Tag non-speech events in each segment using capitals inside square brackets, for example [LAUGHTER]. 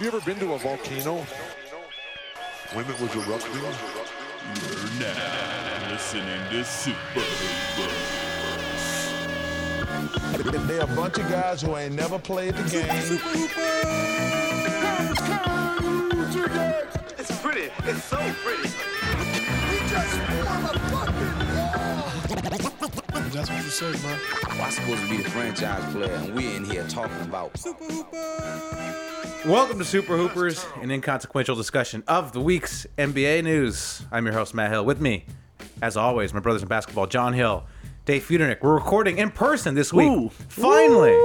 you ever been to a volcano? When it was erupting? You're now listening to Super Hoopers. They're a bunch of guys who ain't never played the game. It's pretty. It's so pretty. I'm supposed to be the franchise player, and we're in here talking about Welcome to Super Hoopers, an inconsequential discussion of the week's NBA news. I'm your host, Matt Hill. With me, as always, my brothers in basketball, John Hill, Dave Feudernick. We're recording in person this week. Ooh. Finally.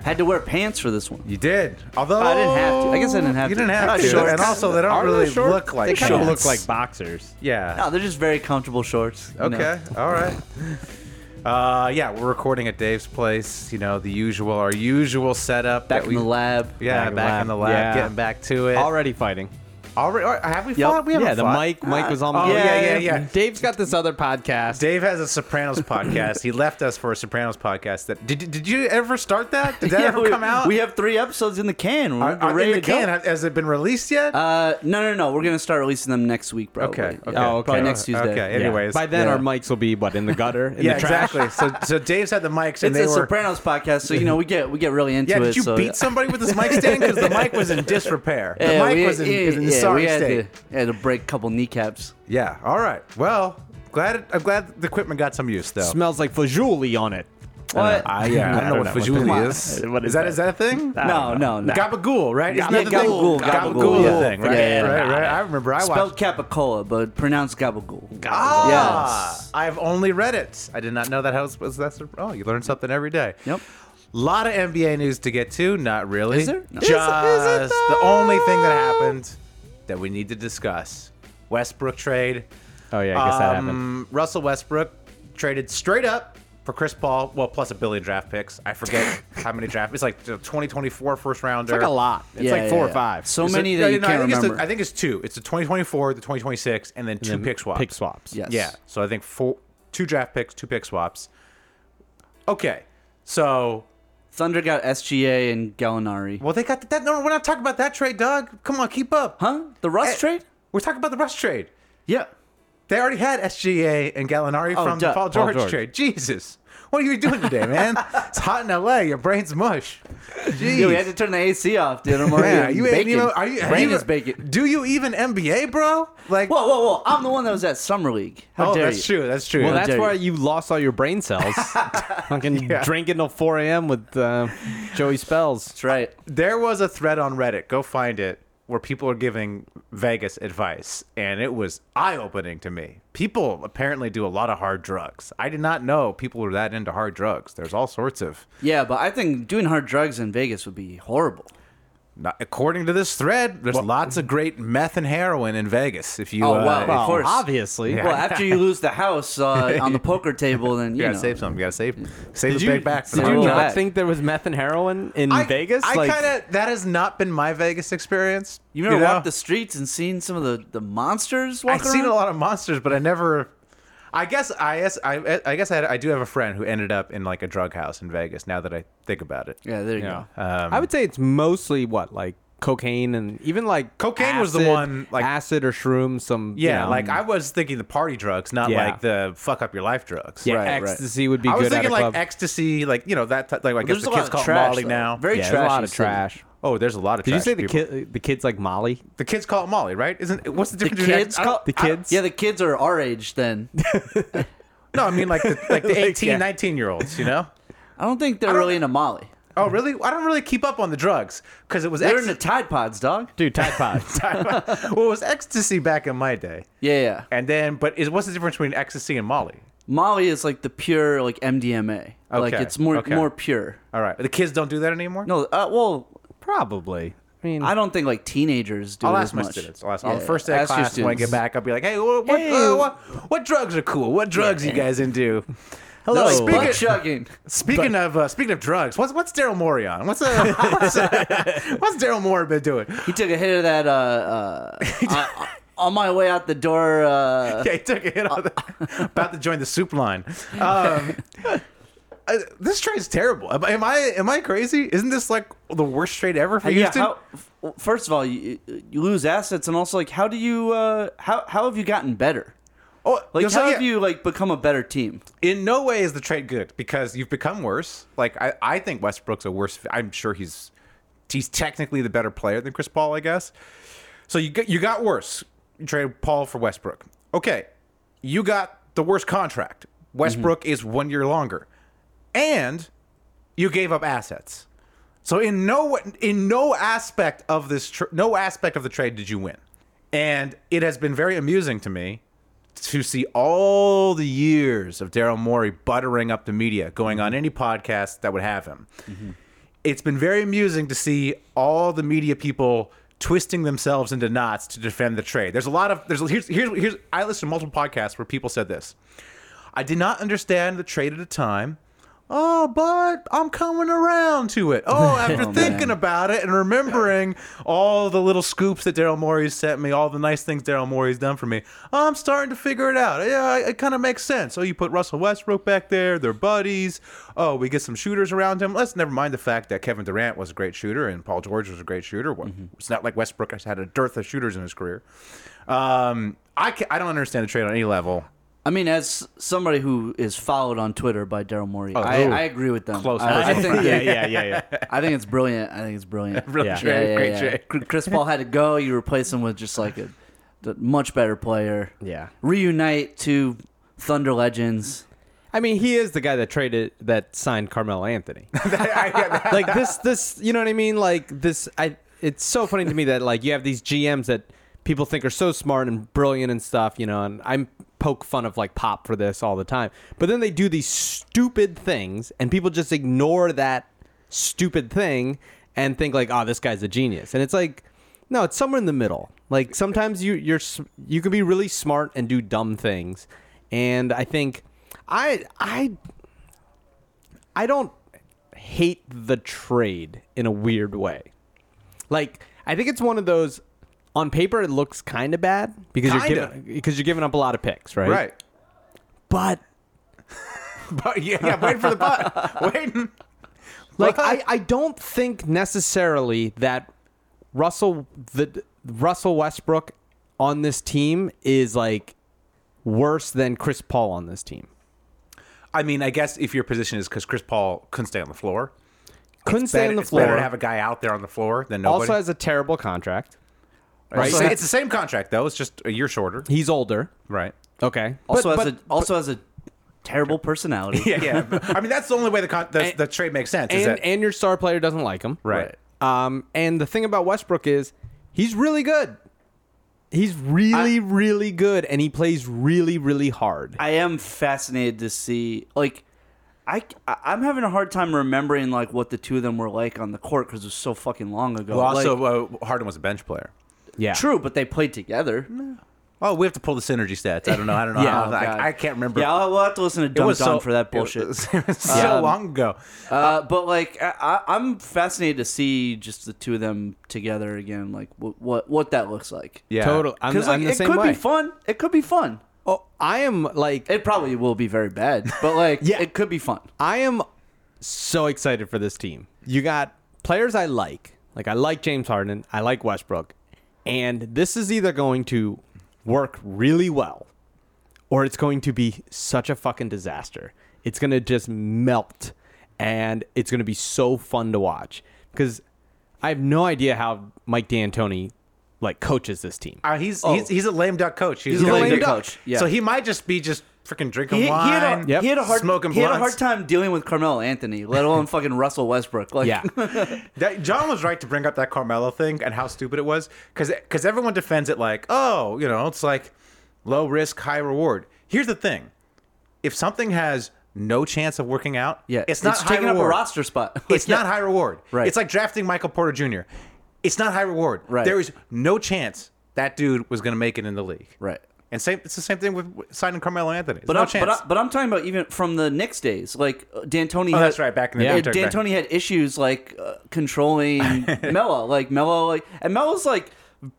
Had to wear pants for this one. You did. Although I didn't have to. I guess I didn't have You to. didn't have Uh, to. shorts. And also, they don't Aren't they really short? look like They kind of shorts. look like boxers. Yeah. No, they're just very comfortable shorts. you know. Okay. All right. Uh, yeah, we're recording at Dave's place. You know the usual, our usual setup. Back that in we, the lab. [LAUGHS] Yeah, Back back, in the lab. in the lab, Yeah. getting back to it. [LAUGHS] Already fighting. Already- or- have we Yep. fought? We haven't Yeah, the fought. Mike Mike was on the Oh, yeah, yeah, yeah. Dave's got this other podcast. Dave has a Sopranos podcast. He left us for a Sopranos podcast. That did, did you ever start that? Did that [LAUGHS] Yeah, ever we, come out? We have three episodes in the can. We're, Are- are we're ready in the to go. can. Has it been released yet? Uh, no, no, no. We're gonna start releasing them next week, probably. okay. Okay. Yeah, Oh, okay. Probably next Tuesday. Okay. Yeah. Anyways, By then Yeah. our mics will be what in the gutter in yeah, the trash. exactly. So so Dave's had the mics and It's they a were. Sopranos podcast, so you know we get we get really into [LAUGHS] yeah, it. did you so, beat somebody with this mic stand? Because the mic was in disrepair. The Yeah, mic we, was in, yeah, is in yeah, sorry we had state. To, had to break a couple kneecaps. Yeah. All right. Well, glad I'm glad the equipment got some use though. Smells like fajoli on it. What? I, [LAUGHS] yeah, I don't know what that- fajuli is. [LAUGHS] what Is that is that a thing? no, no, no. Gabagool, right? Isn't Yeah, that the thing? Gabagool, gabagool, gabagool, yeah. thing, right? Yeah, yeah, right, yeah. right. I remember. I watched. Spelled capicola, but pronounced gabagool. Ah, Yes. I've only read it. I did not know that house was that's. Oh, you learn something every day. Yep. lot of NBA news to get to. Not really. Is there? No. Just the only thing that happened that we need to discuss: Westbrook trade. Oh yeah, I guess that happened. Um, Russell Westbrook traded straight up for Chris Paul. Well, plus a billion draft picks. I forget how many draft. It's like the 2024 first rounder. It's like a lot. It's Yeah, like four yeah, or yeah. five. So Is many it- that no, you no, can't I think remember. It's the- I think it's two. It's the 2024, the 2026, and then two And pick swaps. Pick swaps. Yes. Yeah. So I think four, two draft picks, two pick swaps. Okay. So Thunder got SGA and Gallinari. well, they got that. No, we're not talking about that trade, Doug. Come on, keep up. Huh? The Russ Eh, trade? We're talking about the Russ trade. Yeah. They already had SGA and Gallinari Oh, from the duh, Paul Paul George, George. trade. Jesus, what are you doing today, man? it's hot in LA. Your brain's mush. Jeez. Dude, we had to turn the AC off, dude. I'm already Man, you ain't baking. even. Are you, Brain you, is baking. Do you even NBA, bro? Like, Whoa, whoa, whoa! I'm the one that was at summer league. How oh, dare that's you? true. That's true. Well, How that's dare why you lost all your brain cells. Fucking drinking till 4 a.m. with uh, Joey Spells. That's right. there was a thread on Reddit. Go find it where people are giving Vegas advice, and it was eye-opening to me. People apparently do a lot of hard drugs. I did not know people were that into hard drugs. There's all sorts of, Yeah, but I think doing hard drugs in Vegas would be horrible. not, according to this thread, there's lots of great meth and heroin in Vegas. If you, Oh, uh, wow. if- Well, Of course. obviously. Well, after you lose the [LAUGHS] house uh, on the poker table, then you you gotta know. save some. You gotta save, save the you- big back. for the Did you hard Oh, not drugs. that- think there was meth and heroin in I, Vegas? I Like, kind of that has not been my Vegas experience. You ever know? walked the streets and seen some of the, the monsters walking I've seen around? a lot of monsters, but I never. I guess I guess I, I guess I, had, I do have a friend who ended up in like a drug house in Vegas. Now that I think about it, Um, Yeah, there you Yeah. go. I would say it's mostly what like cocaine and even like Cocaine was the acid- one, like- acid or shrooms. Some you yeah, know, like I was thinking the party drugs, not Yeah. like the fuck up your life drugs. yeah, right, right. ecstasy would be I was good at a thinking like club. ecstasy, like you know that type, like I guess there's the a lot kids of call it trash, Molly though. now. Very yeah, trash. there's a lot in of city. trash. oh, there's a lot of. Did you trash say the people. kid the kids like Molly? The kids call it Molly, right? Isn't what's the The difference? between kids? I don't- call- the kids? yeah, the kids are our [LAUGHS] age then. no, I mean like the, like [LAUGHS] the 18, yeah. 19 year olds, you know. I don't think they're really into Molly. Oh, really? I don't really keep up on the drugs because it was They're ecstasy. into Tide Pods, dog. Dude, Tide Pods. [LAUGHS] well, it was ecstasy back in my day. Yeah, yeah. And then, but is, what's the difference between ecstasy and Molly? Molly is like the pure like MDMA. Like Okay, it's more okay. more pure. All right, the kids don't do that anymore. No, uh, well, Probably. I mean, I don't think like teenagers do I'll it ask as my much. students. I'll ask on Yeah, the first yeah. day of Ask your class when I get students. back. I'll be like, hey, what what, uh, what, what drugs are cool? What drugs you guys [LAUGHS] into? They're like Hello. butt Speaking, chugging. speaking of uh, speaking of drugs, what's what's Daryl Morey on? What's uh, [LAUGHS] what's, [LAUGHS] uh, what's Daryl Morey been doing? He took a hit of that. Uh, [LAUGHS] uh, I- I- on my way out the door. Uh, [LAUGHS] Yeah, he took a hit on the, about to join the soup line. Um, I, this trade's terrible. Am, am I am I crazy? Isn't this like the worst trade ever for Uh, yeah, Houston? how, f- first of all, you, you lose assets, and also like, how do you? Uh, how how have you gotten better? oh, Like, so how yeah, have you like become a better team? In no way is the trade good because you've become worse. Like I, I think Westbrook's a worse. I'm sure he's he's technically the better player than Chris Paul, I guess. So you got, you got worse. You traded Paul for Westbrook. Okay, you got the worst contract. Westbrook is one year longer, and you gave up assets. So in no in no aspect of this tr- no aspect of the trade did you win, and it has been very amusing to me to see all the years of Daryl Morey buttering up the media, going on any podcast that would have him. It's been very amusing to see all the media people twisting themselves into knots to defend the trade. There's a lot of there's here's here's, here's I listened to multiple podcasts where people said this. I did not understand the trade at the time. Oh, but I'm coming around to it. Oh, after thinking about it and remembering all the little scoops that Daryl Morey's sent me, all the nice things Daryl Morey's done for me, I'm starting to figure it out. Yeah, it, it kind of makes sense. Oh, you put Russell Westbrook back there, they're buddies. Oh, we get some shooters around him. Let's never mind the fact that Kevin Durant was a great shooter and Paul George was a great shooter. Well, It's not like Westbrook has had a dearth of shooters in his career. Um, I, ca I don't understand the trade on any level. I mean, as somebody who is followed on Twitter by Daryl Morey, I, Oh, ooh. I agree with them. Close I, I personal. [LAUGHS] think [LAUGHS] yeah, they- yeah, yeah, yeah. I think it's brilliant. I think it's brilliant. Brilliant Yeah, trade, yeah, great yeah. trade. Cr- Chris Paul had to go. You replace him with just like a, the much better player. Yeah. Reunite two Thunder legends. I mean, he is the guy that traded that signed Carmelo Anthony. [LAUGHS] like this, this, you know what I mean? Like this, I. It's so funny to me that like you have these GMs that people think are so smart and brilliant and stuff, you know. And I'm poke fun of like Pop for this all the time, but then they do these stupid things, and people just ignore that stupid thing and think like, oh, this guy's a genius, and it's like. No, it's somewhere in the middle. Like sometimes you you're s- you can be really smart and do dumb things, and I think I I I don't hate the trade in a weird way. Like I think it's one of those on paper it looks kind of bad because you're Kinda. giving because you're giving up a lot of picks, right? Right. [LAUGHS] But But yeah, yeah, waiting for the [LAUGHS] butt. waiting. like What? I, I don't think necessarily that Russell the Russell Westbrook on this team is like worse than Chris Paul on this team. I mean, I guess if your position is because Chris Paul couldn't stay on the floor, Couldn't stay better- on the it's better floor. to have a guy out there on the floor than nobody. also has a terrible contract. Right? also has- it's the same contract though; it's just a year shorter. He's older. Right. Okay. Also But- has a also has a terrible personality. [LAUGHS] Yeah, [LAUGHS] yeah. I mean, that's the only way the con- the, And- the trade makes sense. is and that and your star player doesn't like him. Right. Um, and the thing about Westbrook is he's really good. He's really, really good, and he plays really, really hard. I am fascinated to see like I I'm having a hard time remembering like what the two of them were like on the court because it was so fucking long ago. well, Like, also uh, Harden was a bench player. yeah. true, but they played together. Oh, we have to pull the synergy stats. I don't know. I [LAUGHS] don't know. how, Oh, God. I, I can't remember. Yeah, I'll, we'll have to listen to Dum Dum for that bullshit. It was, [LAUGHS] it was so long ago. uh, but like, I, I, I'm fascinated to see just the two of them together again. Like, what what, what that looks like. Yeah. Total. I'm, because like I'm the it same could way. be fun. It could be fun. Oh, I am like It probably will be very bad, but [LAUGHS] like, Yeah. it could be fun. I am so excited for this team. You got players I like. Like I like James Harden, I like Westbrook. And this is either going to work really well or it's going to be such a fucking disaster. It's going to just melt and it's going to be so fun to watch cuz I have no idea how Mike D'Antoni like coaches this team. Uh, he's, he's he's a lame duck coach. He's a lame duck duck. coach, yeah. So he might just be just freaking drinking He, he wine. had a, he had a hard smoking he had a hard blunts. time dealing with Carmelo Anthony, let alone fucking Russell Westbrook. Like, [LAUGHS] Yeah. That, John was right to bring up that Carmelo thing and how stupid it was because everyone defends it like, oh, you know, it's like low risk, high reward. Here's the thing if something has no chance of working out, yeah, it's not high taking up a reward. roster spot. [LAUGHS] Like, It's yeah. not high reward. Right. It's like drafting Michael Porter Jr. It's not high reward. Right. There is no chance that dude was going to make it in the league. right. And same, it's the same thing with signing Carmelo Anthony. There's But no I'm, chance. but, I, but I'm talking about even from the Knicks days, like uh, D'Antoni. Oh, had, that's right, back in the day, yeah, you took it back. D'Antoni had issues like uh, controlling [LAUGHS] Melo, like Melo, like and Melo's like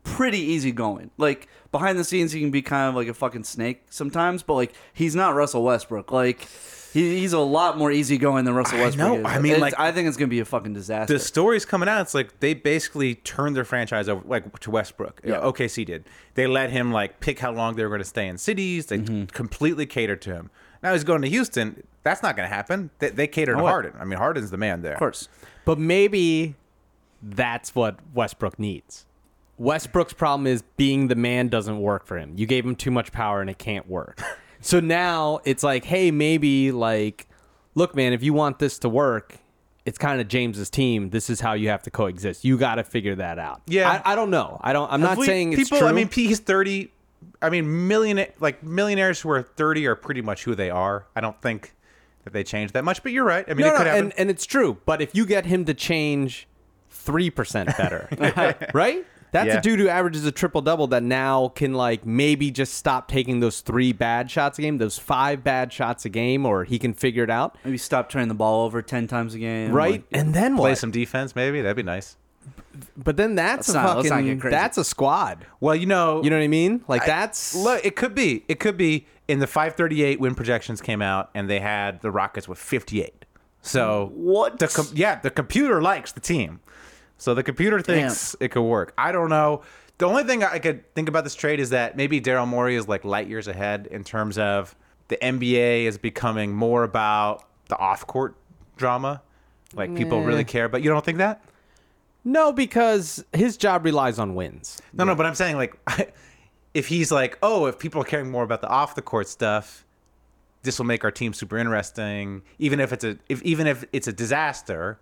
pretty easygoing. Like behind the scenes, he can be kind of like a fucking snake sometimes, but like he's not Russell Westbrook. Like He, he's a lot more easygoing than Russell I Westbrook. know. is. I mean, It's- like- I think it's gonna be a fucking disaster. the stories coming out, it's like they basically turned their franchise over like to Westbrook. Uh, Yeah. OKC did. They let him like pick how long they were going to stay in cities. They Mm-hmm. completely catered to him. Now he's going to Houston. That's not going to happen. They, they cater to way. Harden. I mean, Harden's the man there. of course. But maybe that's what Westbrook needs. Westbrook's problem is being the man doesn't work for him. You gave him too much power and it [LAUGHS] can't work. so now it's like, hey, maybe like, look, man, if you want this to work, it's kind of James's team. This is how you have to coexist. You got to figure that out. Yeah. I, I don't know. I don't. I'm not We- saying it's people. true. I mean, P- he's thirty. I mean, millionaire like millionaires who are thirty are pretty much who they are. I don't think that they change that much. But you're right. I mean, no, it no, could happen. and, and it's true. But if you get him to change three percent better, right? That's Yeah. a dude who averages a triple double that now can like maybe just stop taking those three bad shots a game, those five bad shots a game, or he can figure it out, Maybe stop turning the ball over ten times a game. right? Like, And then Play what? some defense, maybe that'd be nice. but then that's Let's a not- let's not fucking get crazy. that's a squad. Well, you know, You know what I mean? Like that's Look, it could be. It could be in the 538 when projections came out and they had the Rockets with 58. So What? The com- yeah, the computer likes the team. So the computer thinks it could work. I don't know. The only thing I could think about this trade is that maybe Daryl Morey is like light years ahead in terms of the NBA is becoming more about the off-court drama. Like people really care, but you don't think that? no, because his job relies on wins. No, no, but I'm saying like, [LAUGHS] if he's like, oh, if people are caring more about the off the court stuff, this will make our team super interesting. Even if it's a, if even if it's a disaster,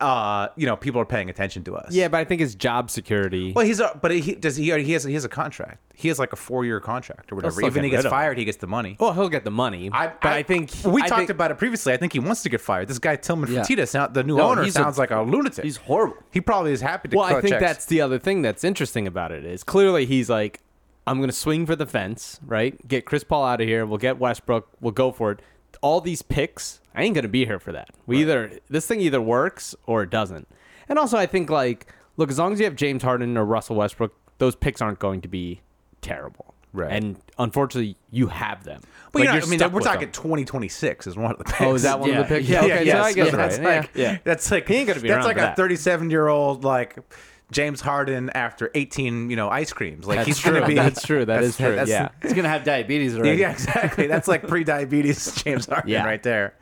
uh, you know, people are paying attention to us. Yeah, but I think his job security. Well, he's a, but he does he he has he has a contract. He has like a four year contract or whatever. still Even if he get gets rid of him. fired, he gets the money. well, he'll get the money. but I, think we I talked think- about it previously. I think he wants to get fired. This guy Tillman Yeah. Fertitta, sound, the new No, owner, he's a- sounds like a lunatic. he's horrible. He probably is happy to. Well, I collect think checks. that's the other thing that's interesting about it is clearly he's like, I'm going to swing for the fence, right? Get Chris Paul out of here. We'll get Westbrook. We'll go for it. All these picks, I ain't going to be here for that. We either this thing either works or it doesn't. And also, I think like, look, as long as you have James Harden or Russell Westbrook, those picks aren't going to be terrible. Right. And unfortunately, you have them. Well, you Like, know, you're I mean, stuck we're with talking them. 2026 is one of the picks. Oh, is that one Yeah, of the picks? yeah, okay, yeah, so yes, I guess yeah, that's that's right. like yeah, yeah. that's like He ain't gonna be that's around like for a that. 37 year old like James Harden after 18 you know ice creams like That's he's true. gonna be That's true. That that's, is true. that's- yeah. He's gonna have diabetes [LAUGHS] already. yeah exactly that's like pre diabetes [LAUGHS] James Harden Yeah. right there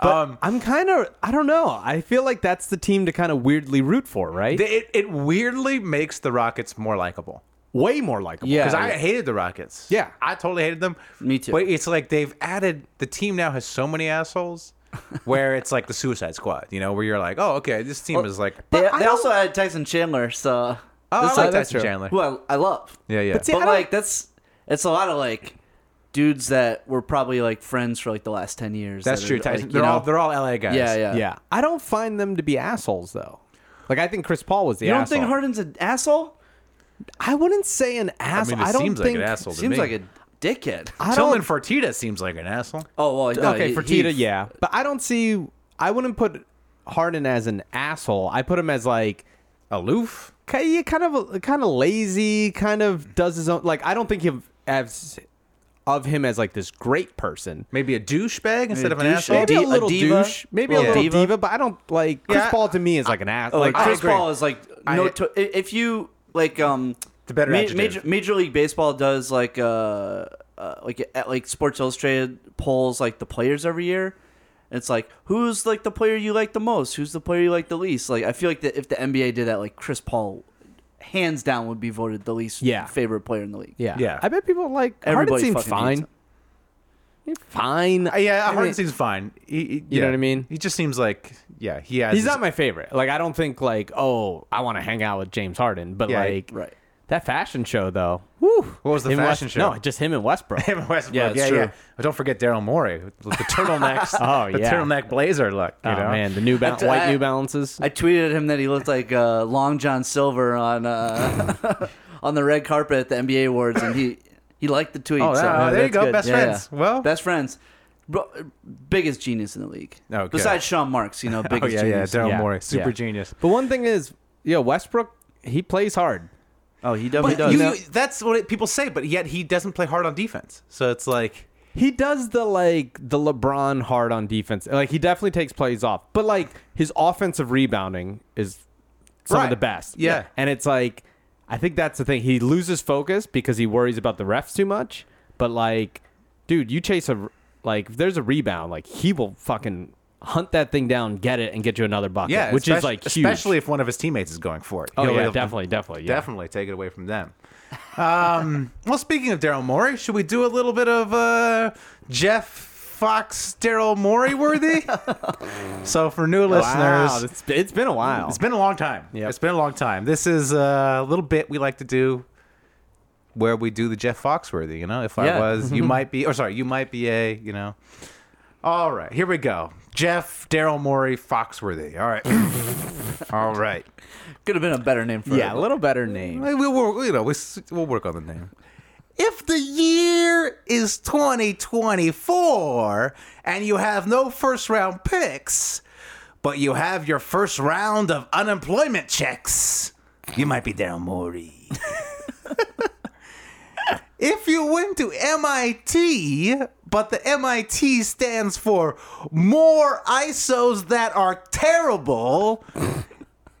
um I'm kind of I don't know. I feel like that's the team to kind of weirdly root for, right? th- it, it weirdly makes the Rockets more likable Way more likable. Yeah. because I hated the Rockets Yeah. I totally hated them Me too. but it's like they've added the team now has so many [LAUGHS] assholes where it's like the Suicide Squad you know where you're like oh okay this team is like They, But I they don't- also had Tyson Chandler, so Oh, I This- like oh, that's Tyson true. Chandler. who I, I love. Yeah, yeah. But see, I but don't- like that's it's a lot of like dudes that were probably like friends for like the last ten years. That's that true. are, Tyson. like, you they're all know- they're all LA guys. yeah, yeah, yeah. I don't find them to be assholes though. Like I think Chris Paul was the You don't asshole. think Harden's an asshole? I wouldn't say an asshole. mean, it don't seems like an think asshole to Seems me. like a dickhead. I Tillman don't, Fertitta seems like an asshole. Oh well, no, okay, he- for he- Tita, yeah, but I don't see. I wouldn't put Harden as an asshole. I put him as like Aloof. ki- yeah, kind of kind of lazy, kind of does his own. Like I don't think of as of him as like this great person. Maybe a douchebag instead of an douche- asshole. maybe di- a a little diva? douche, maybe a Yeah. little diva. Diva? Oh, but I don't like Chris Yeah. Paul. To me, is like an ass. Like Like Chris Oh, agree. Paul is like no. I- to- i- if you like, um, The better ma- adjective. major, major League Baseball does like uh, uh like at, like Sports Illustrated polls like the players every year. It's like who's like the player you like the most? Who's the player you like the least? Like I feel like that if the NBA did that, like Chris Paul, hands down would be voted the least Yeah. favorite player in the league. yeah, Yeah. I bet people like Everybody Harden seems fucking hates fine. him. He's fine. Uh, yeah, I Harden mean, seems fine. He, he- You yeah. know what I mean? He just seems like yeah. He has. He's his- not my favorite. Like I don't think like oh I want to hang out with James Harden, but Yeah, like right. that fashion show though. Whew, What was the Him and fashion West- show? No, just [LAUGHS] him and Westbrook. Him and Westbrook. Yeah, Yeah, it's yeah. true. But don't forget Daryl Morey with the turtlenecks. [LAUGHS] Oh, the yeah. turtleneck blazer look. You oh know? man, the new ba- I- white I- New Balances. I tweeted him that he looked like uh, Long John Silver on uh, [LAUGHS] on the red carpet at the NBA awards, and he he liked the tweet. Oh, so- yeah, there you that's go. good. Best Yeah, friends. yeah. Well, best friends, Bro, biggest genius in the league. Okay. Besides Sean Marks, you know, [LAUGHS] biggest oh yeah, yeah. genius. Daryl Yeah, Morey, super yeah. genius. But one thing is, yeah, Westbrook he plays hard. Oh, he But definitely you- does. that's what it, people say, but yet he doesn't play hard on defense. So it's like he does the like the LeBron hard on defense. Like he definitely takes plays off, but like his offensive rebounding is some of Right. the best. Yeah. and it's like I think that's the thing. He loses focus because he worries about the refs too much. But like, dude, you chase a like if there's a rebound, like he will fucking hunt that thing down, get it, and get you another bucket. Yeah, which espec- is like huge. especially if one of his teammates is going for it. oh He'll- yeah, he'll definitely, definitely, yeah. definitely take it away from them. Um, [LAUGHS] well, speaking of Daryl Morey, should we do a little bit of uh, Jeff Fox Daryl Morey [LAUGHS] worthy? so for new Wow, listeners, it's, it's been a while. it's been a long time. Yep. It's been a long time. This is a little bit we like to do where we do the Jeff Foxworthy, you know? If I Yeah. was, [LAUGHS] you might be, or sorry, you might be a, you know? All right, here we go. Jeff, Daryl Morey, Foxworthy. All [LAUGHS] right. All right. Could have been a better name for yeah, a it. little better name. We'll, we'll, you know, we'll, s- we'll work on the name. If the year is 2024 and you have no first round picks, but you have your first round of unemployment checks, you might be Daryl Morey. [LAUGHS] if you went to MIT, but the MIT stands for more ISOs that are terrible,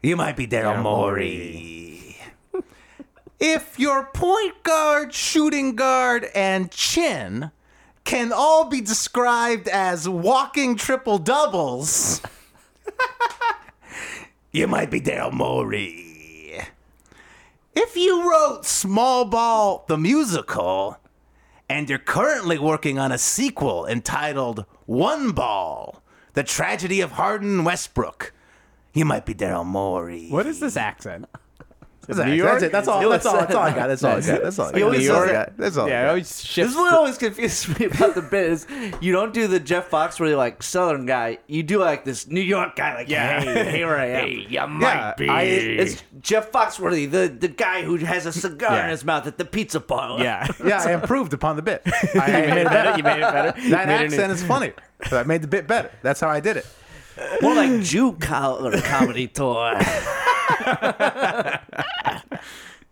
you might be Daryl Morey if your point guard, shooting guard, and chin can all be described as walking triple doubles, [LAUGHS] you might be Daryl Morey. If you wrote Small Ball the Musical and you're currently working on a sequel entitled One Ball The Tragedy of Harden Westbrook, you might be Daryl Morey. What is this accent? That's, it. That's it. That's all. That's all. That's all I got. That's all I got. That's all. I He got. always That's all I says got. That's all. I Yeah, got. it always This shifts. is what always confuses me about the bit is you don't do the Jeff Fox really like Southern guy. You do like this New York guy like hey here [LAUGHS] I am. Yeah, I, I- it's Jeff Foxworthy, the, the guy who has a cigar in his mouth at the pizza parlor. yeah. [LAUGHS] yeah, I improved upon the [LAUGHS] bit. I made, it better. You made it better. [LAUGHS] That made it accent is funnier. So I made the bit better. That's how I did it. More like Jew collar comedy tour.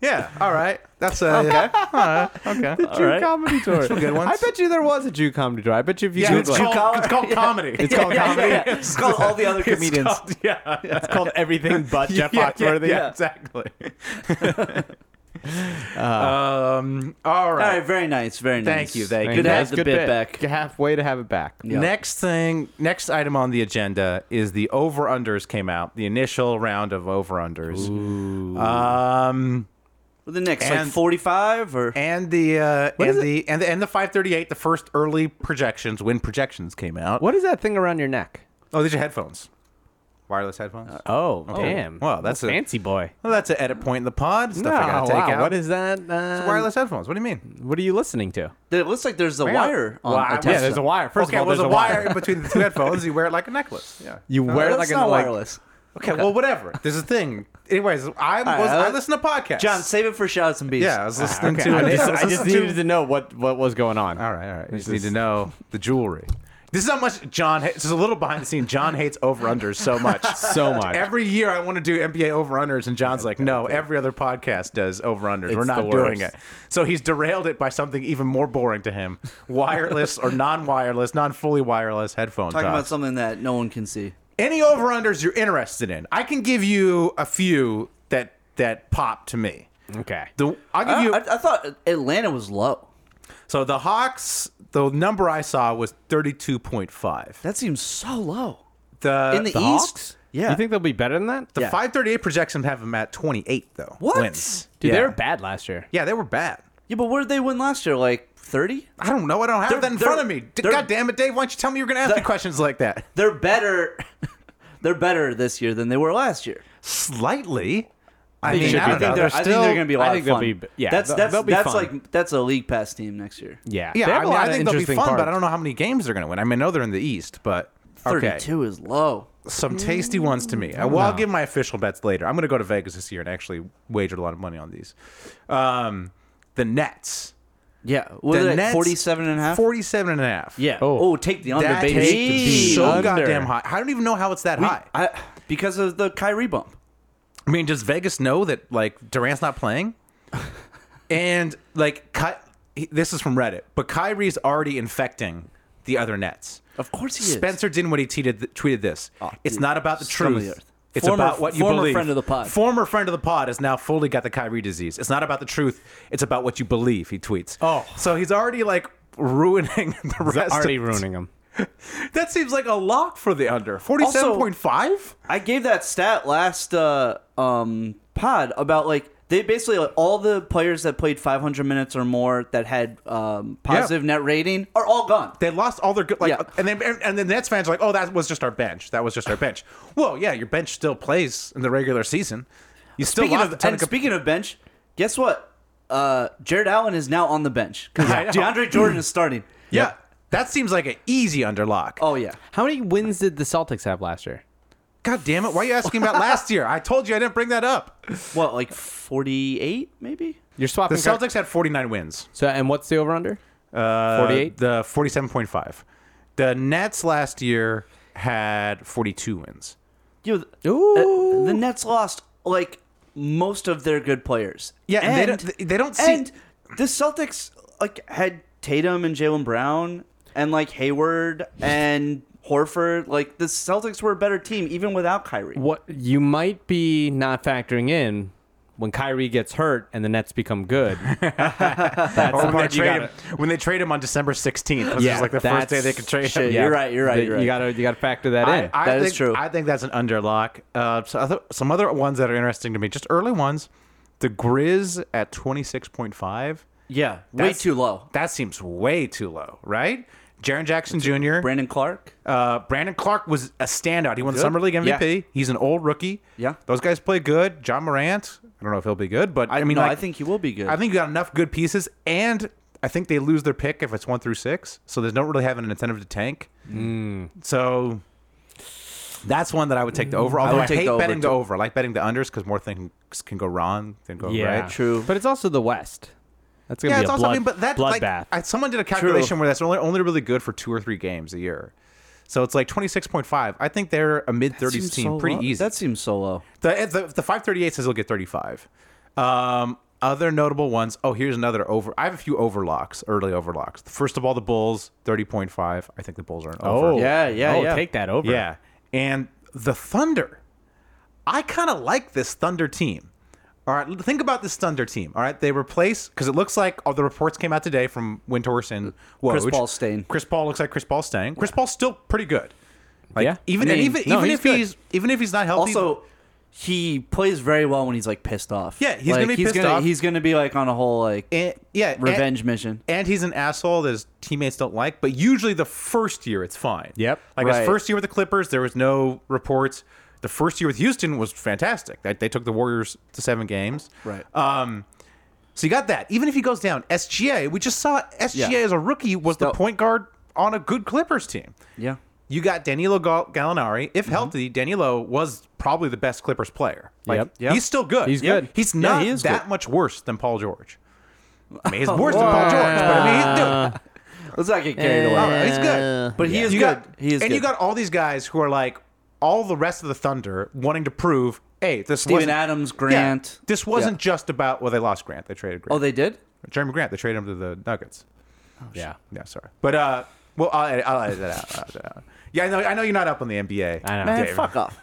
Yeah. All right. That's uh, okay. All right. Okay. Jew comedy tour. Some good ones. I bet you there was a Jew comedy tour. I bet you if you Yeah, it's, Google it- called, it's called comedy. It's called Yeah, yeah, yeah. [LAUGHS] It's called all the other comedians. [LAUGHS] yeah, yeah. it's called everything [LAUGHS] but Jeff yeah, Foxworthy. Yeah, [LAUGHS] exactly. Uh, um. All All right. right, very nice, very nice. Thank you, thank Thank you. Good to you. have That's the good bit, back. Halfway to have it back. Yeah. Next thing, next item on the agenda is the over unders came out. The initial round of over unders. Um, The next, like And- 45 or and the uh, and is it? the, and the and the 538 the first early projections when projections came out What is that thing around your neck? oh these are headphones wireless headphones Oh, damn. Wow, that's a- fancy boy. Oh, well that's an edit point in the pod stuff i gotta take wow. out What is that? Um, wireless headphones what do you mean What are you listening to? it looks like there's a wire on Wow. attached Yeah, there's to a it. wire. First okay of all, well, there's there's a wire. wire in between the two headphones you wear it like a [LAUGHS] necklace yeah You wear it That's like a not like, wireless. okay, well whatever there's a thing anyways i was uh, i listen to podcasts John, save it for shouts and beats. yeah [LAUGHS] i was listening Ah, Okay, to I it just, was I just listening to- needed to know what, what was going on. All right, all right. You just need to know the jewelry. This is how much John. Ha- this is a little behind the scene. John hates over unders so much. [LAUGHS] So much. Every year I want to do NBA over unders, and John's like, no, every other podcast does over unders. It's We're not the doing it. worst. So he's derailed it by something even more boring to him wireless or non wireless, non fully wireless headphone Talking talk. about something that no one can see. Any over unders you're interested in. I can give you a few that that pop to me. Okay. The, I'll give Uh, I, you. I, I thought Atlanta was low. so the Hawks, the number I saw was 32.5. That seems so low. The In the, the East? Hawks? Yeah. You think they'll be better than that? The Yeah. 538 projections have them at 28 though. What? Wins. Dude, yeah. they were bad last year. Yeah, they were bad. yeah, but where did they win last year? Like 30? I don't know. I don't have They're- that in they're- front of me. D- they're- God damn it, Dave! Why don't you tell me you're going to ask me questions like that? They're better. [LAUGHS] they're better this year than they were last year. Slightly. I They mean, should I be don't know. better. They're I think still. they're going to be a lot I think of they'll fun. be- yeah, that's they'll- that's they'll be that's fun. like that's a league pass team next year. Yeah. They yeah, have I a mean, lot I of think they'll be interesting fun, but I parts. [LAUGHS] don't know how many games they're going to win. I mean, I know they're in the East, but okay. Thirty-two is low. Some tasty ones to me. I, well, I'll give my official bets later. I'm going to go to Vegas this year and actually wager a lot of money on these. Um, the Nets. Yeah, what the are they, Nets, 47 and a half? 47 and a half. yeah. Oh. Oh. take the under, That baby. takes Jeez. so Under. goddamn high. I don't even know how it's that We- high. I, because of the Kyrie bump. I [LAUGHS] mean, does Vegas know that like Durant's not playing? And like, Ky- he- this is from Reddit, but Kyrie's already infecting the other Nets. Of course he is. Spencer Dinwiddie tweeted, tweeted this. it's dude. not about the Scum of truth. the earth. It's Former- about what you former believe. friend of the pod. Former friend of the pod has now fully got the Kyrie disease. It's not about the truth. It's about what you believe. He tweets. Oh. so he's already like ruining [LAUGHS] the rest. already of, ruining him. [LAUGHS] That seems like a lock for the under. Forty-seven point five. I gave that stat last uh, um, pod about like they basically like, all the players that played 500 minutes or more that had um, positive net rating are all gone. They lost all their good, like, Yeah. and then and, and the Nets fans are like, "Oh, that was just our bench. That was just our bench." Well, yeah, your bench still plays in the regular season. You still Speaking lost of a ton and of speaking of bench, guess what? Uh, Jared Allen is now on [LAUGHS] the bench 'Cause I know. DeAndre Jordan is starting. yeah. That seems like an easy underlock. Oh yeah. How many wins did the Celtics have last year? God damn it! Why are you asking about last year? I told you I didn't bring that up. What like 48 maybe? You're The swapping Ky- Celtics had 49 wins. So and what's the over under? Uh, 48? The 47.5. The Nets last year had 42 wins. Yo, th- Ooh. uh, the Nets lost like most of their good players. Yeah, and and they don't- they don't see- And the Celtics like had Tatum and Jalen Brown and like Hayward and Horford. Like the Celtics were a better team even without Kyrie. What you might be not factoring in when Kyrie gets hurt and the Nets [LAUGHS] become good. That's the part you trade gotta- him, when they trade him on December 16th, which Yeah, is like the first day that's- they could trade him. Shit, You're right. You're right. That- You're You right. gotta you gotta factor that in. I, I That is think, true. I think that's an underlock. Uh, so other, some other ones that are interesting to me, just early ones. The Grizz at 26.5. yeah, way That's- too low. That seems way too low, right? Jaron Jackson Jr. Brandon Clark. Uh, Brandon Clark was a standout. He won the Summer League MVP. Yeah. He's an old rookie. Yeah. Those guys play good. John Morant, I don't know if he'll be good, but I, mean, no, like, I think he will be good. I think you got enough good pieces, and I think they lose their pick if it's one through six, so they don't really have an incentive to tank. Hmm. So that's one that I would take the over. Although I, would take hate the over, betting the too. over. I like betting the unders because more things can go wrong than go right. True. But it's also the West. That's gonna Yeah, be it's a also. blood, I mean, but that like, bloodbath. I, someone did a calculation where that's only only really good for two or three games a year. So it's like twenty six point five. I think they're a mid thirties Seems team, so pretty low. easy. That seems so low. the eh, the, the five thirty eight says he'll get thirty five. Um, other notable ones. Oh, here's another over. I have a few overlocks, early overlocks. First of all, the Bulls thirty point five. I think the Bulls are an over. Yeah, yeah, oh, yeah. Take that over. Yeah. And the Thunder. I kind of like this Thunder team. All right, think about this Thunder team. All right, they replace because it looks like all the reports came out today from Winters and Woj. Chris Paul's staying. Chris Paul looks like Chris Paul's staying. Chris Paul's still pretty good. Like, Yeah. even I and mean, even no, even he's if good. he's even if he's not healthy. Also, he plays very well when he's like pissed off. Yeah, he's Like, gonna be he's pissed gonna, off. He's gonna be like on a whole like and, eh, yeah, revenge and- mission. and he's an asshole that his teammates don't like. But usually the first year, it's fine. Yep. Like his Right. first year with the Clippers, there was no reports. The first year with Houston was fantastic. They, they took the Warriors to seven games. Right. Um, so you got that. Even if he goes down, SGA, we just saw SGA Yeah. as a rookie was the Still- point guard on a good Clippers team. Yeah. You got Danilo Gal- Gallinari. Mm-hmm. If healthy, Danilo was probably the best Clippers player. Like, Yep. Yep. He's still good. He's good. He's Yeah, not he is that good. much worse than Paul George. I [LAUGHS] mean, he's worse than Paul George, but I mean, he's, dude, Let's not get carried away. all right, Oh, he's good. But he is you good. Got, He is and good. you got all these guys who are like all the rest of the Thunder wanting to prove, hey, this Steven wasn't- Adams, Yeah, Grant. this wasn't just about well, they lost Grant, they traded Oh, Grant, they did. Jeremy Grant, they traded him to the Nuggets. Yeah. Yeah, sorry, but uh, well, I'll edit, I'll edit that out. I'll edit that out. Yeah, I know, I know you're not up on the NBA. I know. Man, Dave. fuck [LAUGHS] off.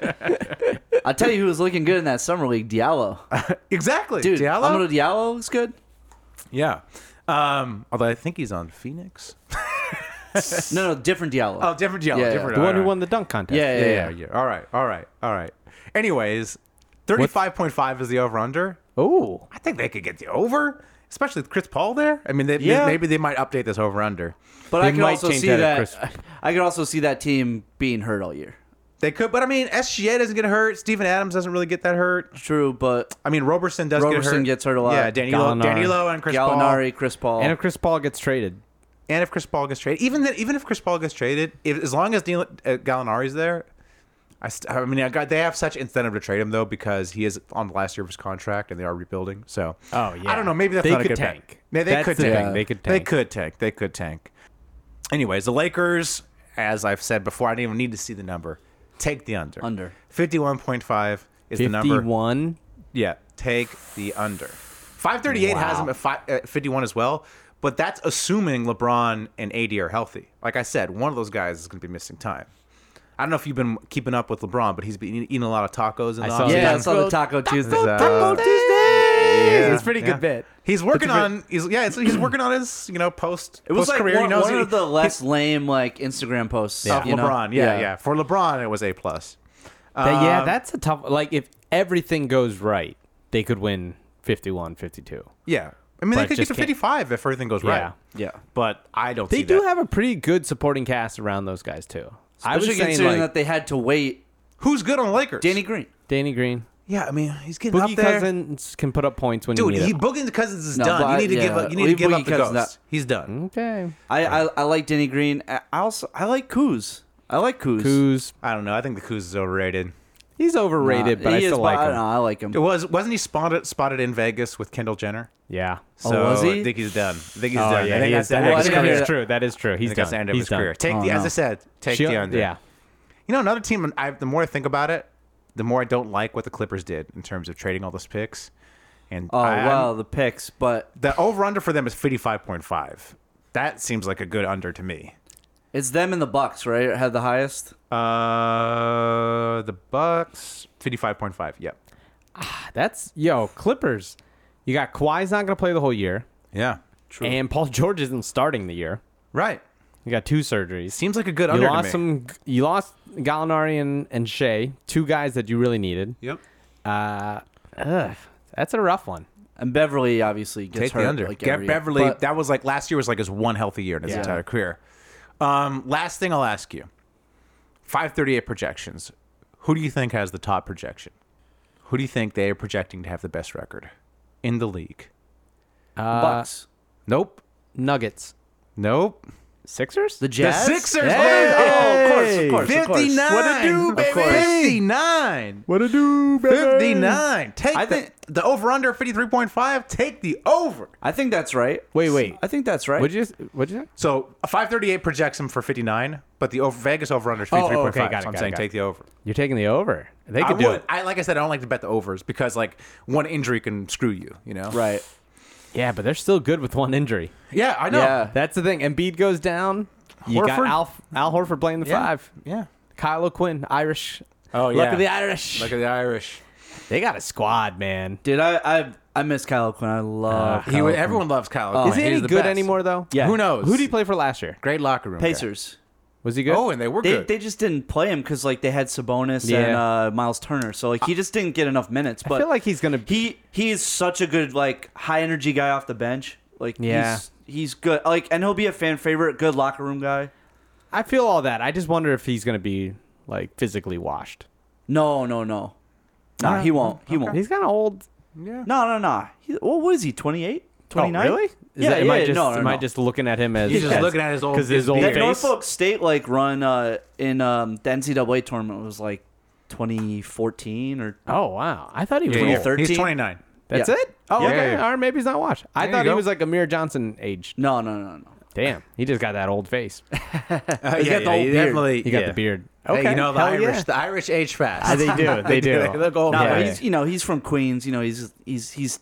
[LAUGHS] I tell you, who was looking good in that summer league? Diallo, Uh, exactly, dude. Diallo? Amado Diallo looks good. yeah. Um, although I think he's on Phoenix. No, no, different Diallo. Oh, different Diallo, Yeah, yeah. different. The one all who right. won the dunk contest. yeah, yeah, yeah, yeah. yeah, yeah. All right, all right, all right. Anyways, thirty-five point five is the over/under. Oh. I think they could get the over, especially with Chris Paul there. I mean, they, Yeah. maybe they might update this over/under. But They I can might also change see that that. at I can also see that team being hurt all year. They could, but I mean, SGA doesn't get hurt. Steven Adams doesn't really get that hurt. True, but I mean, Roberson does. get Roberson hurt. gets hurt a lot. Yeah, Danilo, Gallinari. Danilo, and Chris Gallinari, Paul. Chris Paul, And if Chris Paul gets traded, And if Chris Paul gets traded, even then, even if Chris Paul gets traded, if, as long as Danilo, uh, Gallinari's there, I, st- I mean, I got, they have such incentive to trade him though because he is on the last year of his contract and they are rebuilding. So, Oh, yeah. I don't know. Maybe that's They not a could good bet. tank. Yeah, they That's could the tank. thing. They could They tank. could tank. They could tank. Anyways, the Lakers, as I've said before, I didn't even need to see the number. Take the under. Under. Fifty-one point five is the number. fifty-one. Yeah, take the under. 538 has him at fi- at 51 as well, but that's assuming LeBron and AD are healthy. Like I said, one of those guys is going to be missing time. I don't know if you've been keeping up with LeBron, but he's been eating eating a lot of tacos. In the I I saw yeah, that. I saw the Taco uh, Tuesday. Taco Tuesdays. It's a pretty yeah. good bit. He's working It's a on. He's, yeah, it's, he's working on his you know post. It was like career. one, he knows one he- of the less lame like Instagram posts. of you know? LeBron. Yeah, yeah, For LeBron, it was a plus. That- yeah, Um, that's a tough. Like if everything goes right, they could win 51, 52. Yeah, I mean But they could get just to can't- 55 if everything goes Yeah. right. Yeah. but I don't. They see do that. have a pretty good supporting cast around those guys too. I was Especially saying considering like that they had to wait. Who's good on the Lakers? Danny Green. Danny Green, Yeah, I mean he's getting Boogie up there. Cousins can put up points when Dude, you need he it. Boogie Cousins is No, done. but You need to yeah, give up. You need to leave give up Boogie the Cousins ghost. out. He's Hmm? done. Okay, I, I I like Danny Green. I I also I like Kuz. I like Kuz. Kuz, I don't know. I think the Kuz is overrated. he's overrated, Uh, but I he still is, like I him. don't know, I like him. It was wasn't he spotted spotted in Vegas with Kendall Jenner? Yeah. So was he? I think he's done. I think he's Oh, done. yeah, I think he that's is the done. end of Well, his I didn't career. that hear is that. true. That is true. He's I think that's done. the end of He's his done. career. Take Oh, the as I no. said, take She'll- the under. Yeah. You know, another team. I, the more I think about it, the more I don't like what the Clippers did in terms of trading all those picks. And oh I, I'm- wow, the picks. But the over under for them is fifty five point five. That seems like a good under to me. it's them and the Bucks, right? Had the highest. Uh, the Bucks fifty five point five. Yep. That's yo Clippers. You got Kawhi's not going to play the whole year, Yeah. and Paul George isn't starting the year. Right. You got two surgeries. Seems like a good you under lost to me. some. You lost Gallinari and and Shea, two guys that you really needed. Yep. Uh, ugh, that's a rough one. And Beverly obviously gets Take hurt. the under. Like Get every year. Beverly. But that was like last year was like his one healthy year in his Yeah. entire career. Um, last thing I'll ask you: five thirty eight projections. Who do you think has the top projection? Who do you think they are projecting to have the best record in the league? Uh, Bucks. Nope. Nuggets, Nope. Sixers. The Jazz. Sixers, Yeah. baby! Oh, of course, of course, of course. 59. What a do, baby. Of course. 59. what a do, 59. Take I the, think- the over under 53.5. Take the over. I think that's right. Wait, wait. I think that's right. Would you? Would you? So a 538 projects him for 59, but the over, Vegas over under is 53.5. Oh, okay, got it, so I'm got it, saying got take it. the over. You're taking the over. They I could would. do it. I like I said, I don't like to bet the overs because like one injury can screw you. You know. Right. Yeah, but they're still good with one injury. Yeah, I know. Yeah. That's the thing. Embiid goes down. You got Horford? Al, Al Horford playing the Yeah. five. Yeah. Kyle O'Quinn, Irish. Oh yeah. Look at the Irish. Look at the Irish. they got a squad, man. Dude, I I, I miss Kyle Quinn. I love He, would- everyone loves Kyle. Oh, O'Quinn. Is he He's any the good best. anymore though? Yeah. Who knows? Who did he play for last year? Great locker room. guy. Pacers. Was he good? Oh, and they were They, good. they just didn't play him because like they had Sabonis and Yeah. uh, Miles Turner, so like he just didn't get enough minutes. But I feel like he's gonna. he he is such a good like high energy guy off the bench. Like Yeah. he's he's good. Like and he'll be a fan favorite, good locker room guy. I feel all that. I just wonder if he's gonna be like physically washed. No, no, no. Nah, he won't. He won't. He's kind of old. No, no, no. He, what was he? 28? 29? Oh, really? Is yeah, that- am yeah. I just, no, no, am I no. just looking at him as? He's just as- looking at his old- 'cause his his old beard. that face. Norfolk State like run uh, in um, the NCAA tournament was like 2014 or Oh wow! I thought he was. Yeah, old. yeah. 13? He's 29. That's Yeah. it. Oh, Yeah. okay. Yeah. Or maybe he's not washed. I There you thought he go. was like Amir Johnson aged. no, no, no, no. Damn, he just got that old face. Uh, He's got the old he beard. definitely. He got yeah. the beard. Hey, you know the hell Irish. yeah. The Irish age fast. they do. They do. They look old. No, Yeah. but he's you know he's from Queens. You know he's he's he's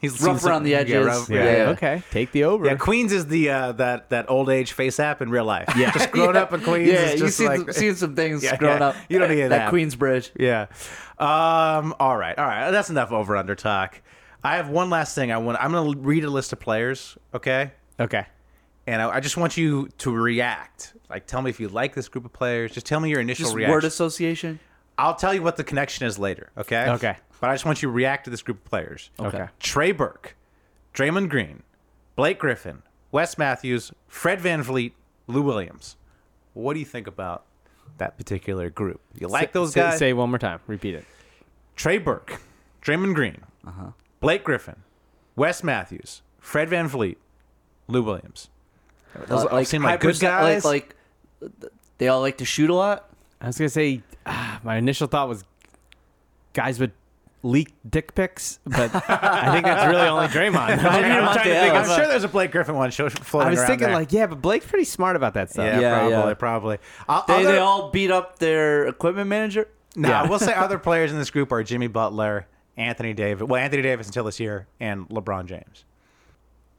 He's rough seen around the some- Yeah, edges. rough- Yeah. yeah. Okay, take the over. Yeah, Queens is the uh, that that old age face app in real life. Yeah, [LAUGHS] just growing up in Queens. Yeah, is you've just seen, like, seen some things Yeah, growing yeah. up. You don't need at that. Queensbridge. [LAUGHS] yeah. Um. All right. All right. That's enough over under talk. I have one last thing. I want. I'm gonna read a list of players. Okay. Okay. And I, I just want you to react. Like, tell me if you like this group of players. Just tell me your initial Just reaction. word association. I'll tell you what the connection is later. Okay. Okay. But I just want you to react to this group of players. Okay. Trey Burke, Draymond Green, Blake Griffin, Wes Matthews, Fred Van Vliet, Lou Williams. What do you think about that particular group? You like those Say- guys? Say it one more time. Repeat it. Trey Burke, Draymond Green, Blake Griffin, Wes Matthews, Fred Van Vliet, Lou Williams. Those all Uh, like, seem high like good percent- guys. Like, like they all like to shoot a lot. I was gonna say ah, my initial thought was guys would leak dick pics, but I think that's really [LAUGHS] only Draymond. I mean, I'm, trying Monte to think. I'm Ellis. sure there's a Blake Griffin one show floating I was around thinking there. like, yeah, but Blake's pretty smart about that stuff. yeah, Yeah, probably, yeah. probably. I'll- They, other- they all beat up their equipment manager. [LAUGHS] Nah, we'll say other players in this group are Jimmy Butler Anthony Davis. Well, Anthony Davis until this year, and LeBron James.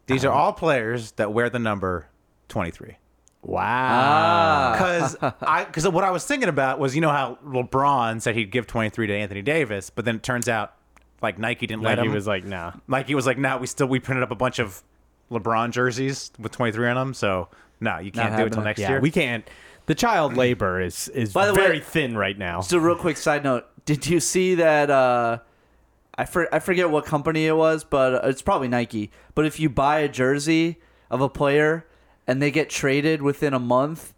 These Uh-huh. are all players that wear the number 23. Ah. [LAUGHS] Wow. Because I because what I was thinking about was you know how LeBron said he'd give 23 to Anthony Davis, but then it turns out like Nike didn't Like let he him. was like, nah. Nike was like, no, we still we printed up a bunch of LeBron jerseys with 23 on them, so no, you can't do it till happening. next Yeah, year. we can't. The child labor is is By the way- very thin right now. Just a real quick side note. Did you see that? Uh, I for, I forget what company it was, but uh, it's probably Nike. But if you buy a jersey of a player and they get traded within a month,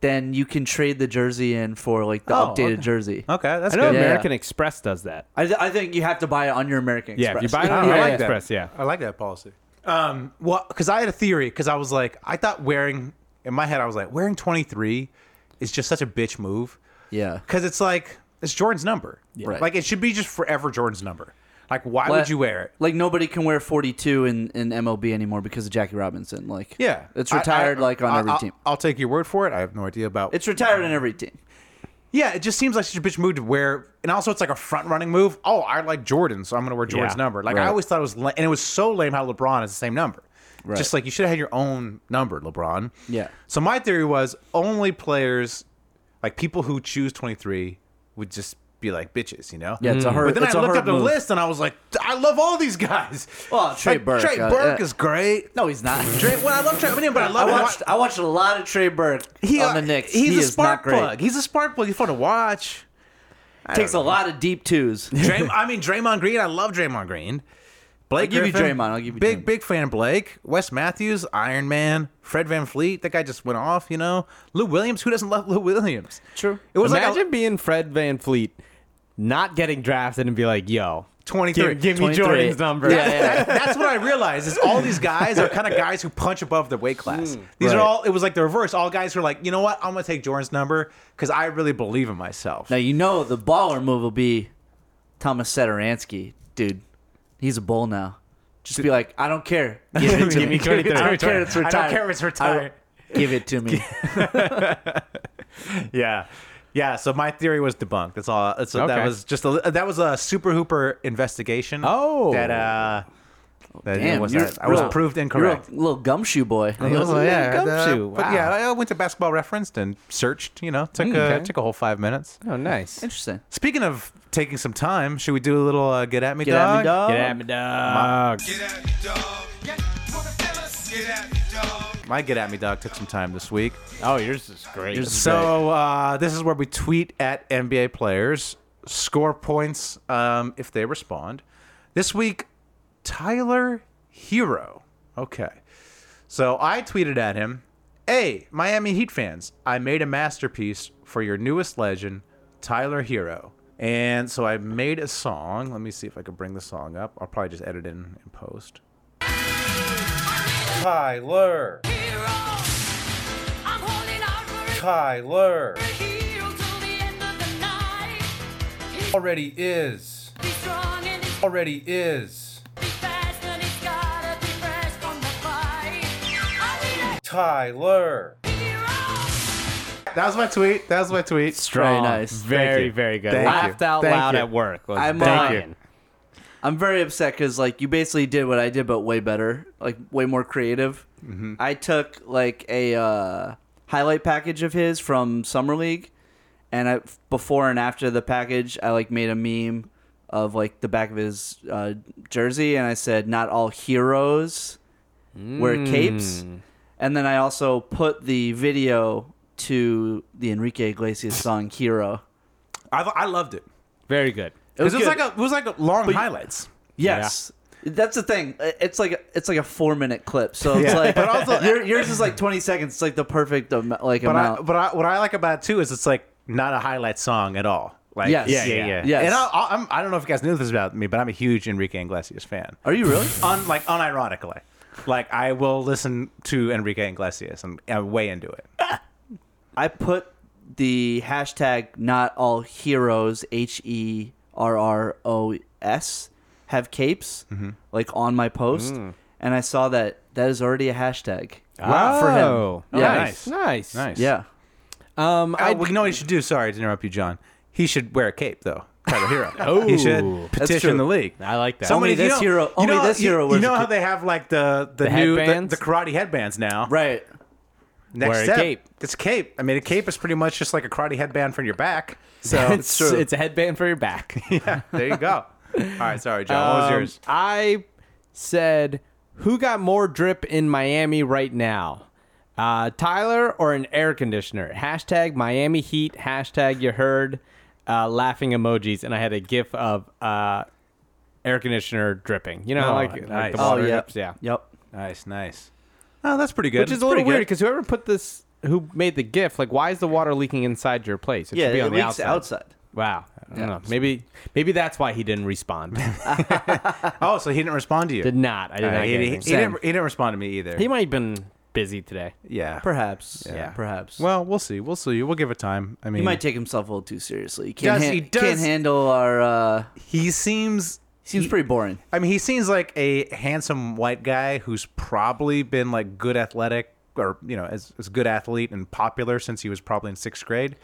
then you can trade the jersey in for like the Oh, updated okay. jersey. okay, that's I know good. Yeah. American Express does that. I, th- I think you have to buy it on your American Yeah, Express. if you buy [LAUGHS] it on Oh, American I like that. Express, yeah. I like that policy. Um, well, because I had a theory, because I was like, I thought wearing in my head, I was like, wearing 23 is just such a bitch move. yeah. Because it's like it's Jordan's number. Right. Like it should be just forever Jordan's number. Like why would Let- you wear it? Like nobody can wear 42 in, in MLB anymore because of Jackie Robinson. Like Yeah, it's I- retired I- like on I- every I'll- team. I'll take your word for it. I have no idea about. It's retired on every team. yeah, it just seems like such a bitch move to wear, and also it's like a front running move. Oh, I like Jordan, so I'm going to wear Jordan's Yeah, number. Like I right. always thought it was, la- and it was so lame how LeBron is the same number. Right. Just like you should have had your own number, LeBron. Yeah. So my theory was only players, like people who choose 23, would just be like bitches, you know? Yeah, it's a hard. But then I it's a looked hard up the move. list and I was like, I love all these guys. Well, Trey Like, Burke, Trey uh, Burke yeah. is great. No, he's not. [LAUGHS] Trey, well, I love Trey, I mean, but I I love watched. I watched a lot of Trey Burke He, on the Knicks. He's he a is spark not great. plug. He's a spark plug. He's fun to watch. Takes a lot of deep [LAUGHS] twos. [LAUGHS] Draym- I mean, Draymond Green. I love Draymond Green. Blake, I'll give you Griffin, Draymond, I'll give you big, Draymond. big fan. of Blake, Wes Matthews, Iron Man, Fred Van Fleet. That guy just went off. You know, Lou Williams. Who doesn't love Lou Williams? True. It was Imagine like a being Fred Van Fleet, not getting drafted, and be like, yo, 23. give, give me 23. Jordan's number. Yeah, yeah. [LAUGHS] That- [LAUGHS] that's what I realized is all these guys are kind of guys who punch above their weight class. These are Hmm, right. all. It was like the reverse. All guys who are like, you know what? I'm gonna take Jordan's number because I really believe in myself. Now you know the baller move will be Thomas Sederansky, dude. He's a bull now. Just be like, I don't care. Give [LAUGHS] it to Give me. me 23. I don't care. It's I retired. don't care if it's retired. Give [LAUGHS] it to me. Yeah. Yeah, so my theory was debunked. That's all. That's Okay. That was just a that was a super hooper investigation. Oh. that uh, that Damn, was you're that I was real- proved You're a incorrect. little gumshoe boy. Oh, yeah, uh, gumshoe. but Wow. yeah, I went to Basketball Referenced and searched. You know, took a okay. took a whole five minutes. Oh, nice. Interesting. Speaking of taking some time, should we do a little uh, get at me Get dog? at me, dog. Get at me, dog. My get at me dog took some time this week. Oh, yours is great. Yours is So uh, this is where we tweet at NBA players, score points um, if they respond. This week, Tyler Hero. Okay. So I tweeted at him, "Hey, Miami Heat fans, I made a masterpiece for your newest legend, Tyler Hero." And so I made a song. Let me see if I can bring the song up. I'll probably just edit it in, in post. Tyler. Tyler. already is. Already is. Tyler. That was my tweet. That was my tweet. Very nice. Very, you. very good. Thank Laughed you. out Thank loud you. at work. Was I'm, Thank uh, you. I'm very upset because like you basically did what I did, but way better, like way more creative. I took like a uh, highlight package of his from summer league, and I before and after the package, I like made a meme of like the back of his uh, jersey, and I said, "Not all heroes wear capes," and then I also put the video to the Enrique Iglesias song "Hero." I, I loved it. Very good. It was, It was good. like a it was like a long highlights. Yes. That's the thing. It's like it's like a four minute clip, so it's Yeah. like. But also- [LAUGHS] your, yours is like twenty seconds. It's like the perfect am- like But I, amount. but I, what I like about it too is it's like not a highlight song at all. Like Yes. yeah, Yeah, yeah, yeah. Yes. And I, I, I'm, I don't know if you guys knew this about me, but I'm a huge Enrique Iglesias fan. Are you really? Un, like unironically, like I will listen to Enrique Iglesias. I'm, I'm way into it. Um, I put the hashtag not all heroes H E R R O S have capes Mm-hmm. like on my post, Mm. and I saw that that is already a hashtag. For him. Oh, Yeah. Nice. Nice. Nice. Yeah. Um, Oh, I well, you know what he should do? Sorry to interrupt you, John. He should wear a cape, though. title [LAUGHS] hero. oh, he Ooh. should That's petition true. the league. I like that. Somebody- Only you this know- hero- you only know how- this hero You, you was know a- how they have like the the, The new the, headbands? the karate headbands now. Right. Next Wear a step, cape. It's a cape. I mean, a cape is pretty much just like a karate headband for your [LAUGHS] back. So [LAUGHS] [LAUGHS] it's, it's a headband for your back. there you [LAUGHS] go. All right, sorry, John. what was Um, yours? I said, who got more drip in Miami right now? Uh, Tyler or an air conditioner? Hashtag Miami Heat. Hashtag you heard uh, laughing emojis. And I had a gif of uh, air conditioner dripping. You know, Oh, like, like nice. the Oh, water yeah. drips. Yeah. Yep. Nice, nice. Oh, that's pretty good. Which is It's a little pretty weird good. because whoever put this, who made the gif, like, why is the water leaking inside your place? It Yeah, should be it on the leaks outside. outside. Wow. I don't know. Maybe, maybe that's why he didn't respond. [LAUGHS] Oh, so he didn't respond to you. Did not. I did All not. right, get he, he, he anything. Send. didn't, he didn't respond to me either. He might have been busy today. yeah. Perhaps. Yeah. Yeah. Perhaps. Well, we'll see. We'll see. We'll give it time. I mean, he might take himself a little too seriously. He can't, Does- han- he does- can't handle our. Uh, he seems. seems pretty boring. I mean, he seems like a handsome white guy who's probably been like good athletic or you know as as good athlete and popular since he was probably in sixth grade.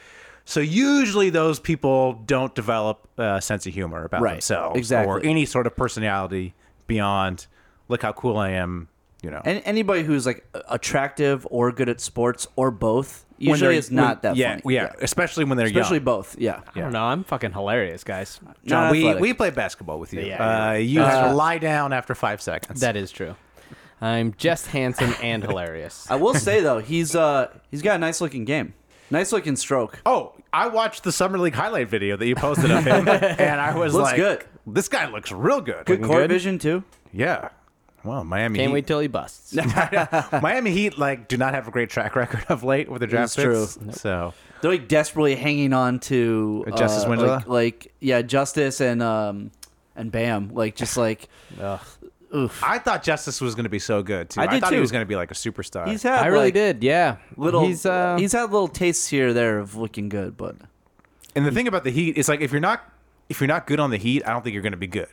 So usually those people don't develop a sense of humor about Right. themselves or Exactly. any sort of personality beyond look how cool I am. You know, And anybody who's like a- attractive or good at sports or both When they're- usually is not when- that yeah, funny. Yeah, especially when they're Especially young. both. Yeah. I don't know. I'm fucking hilarious, guys. John, Not we, athletic. we played basketball with you. Yeah. uh, you had to lie down after five seconds. That is true. I'm just handsome and [LAUGHS] hilarious. I will say though, he's uh he's got a nice looking game. Nice looking stroke. oh, I watched the summer league highlight video that you posted of [LAUGHS] him, and I was Looks like, good. "This guy looks real good." Good court good? vision too. Yeah. Well, Miami Can't wait Heat, till [LAUGHS] he busts. Miami Heat like do not have a great track [LAUGHS] record of late with their draft It's picks. true. So They're like desperately hanging on to uh, Justice Winslow? Like, like yeah, Justice and um and Bam. Like just like I thought Justice was going to be so good too. I did, thought he too. was going to be like a superstar. he's had I really like, did. Yeah. little He's uh. he's had little tastes here or there of looking good, but And the thing about the Heat is like if you're not if you're not good on the Heat, I don't think you're going to be good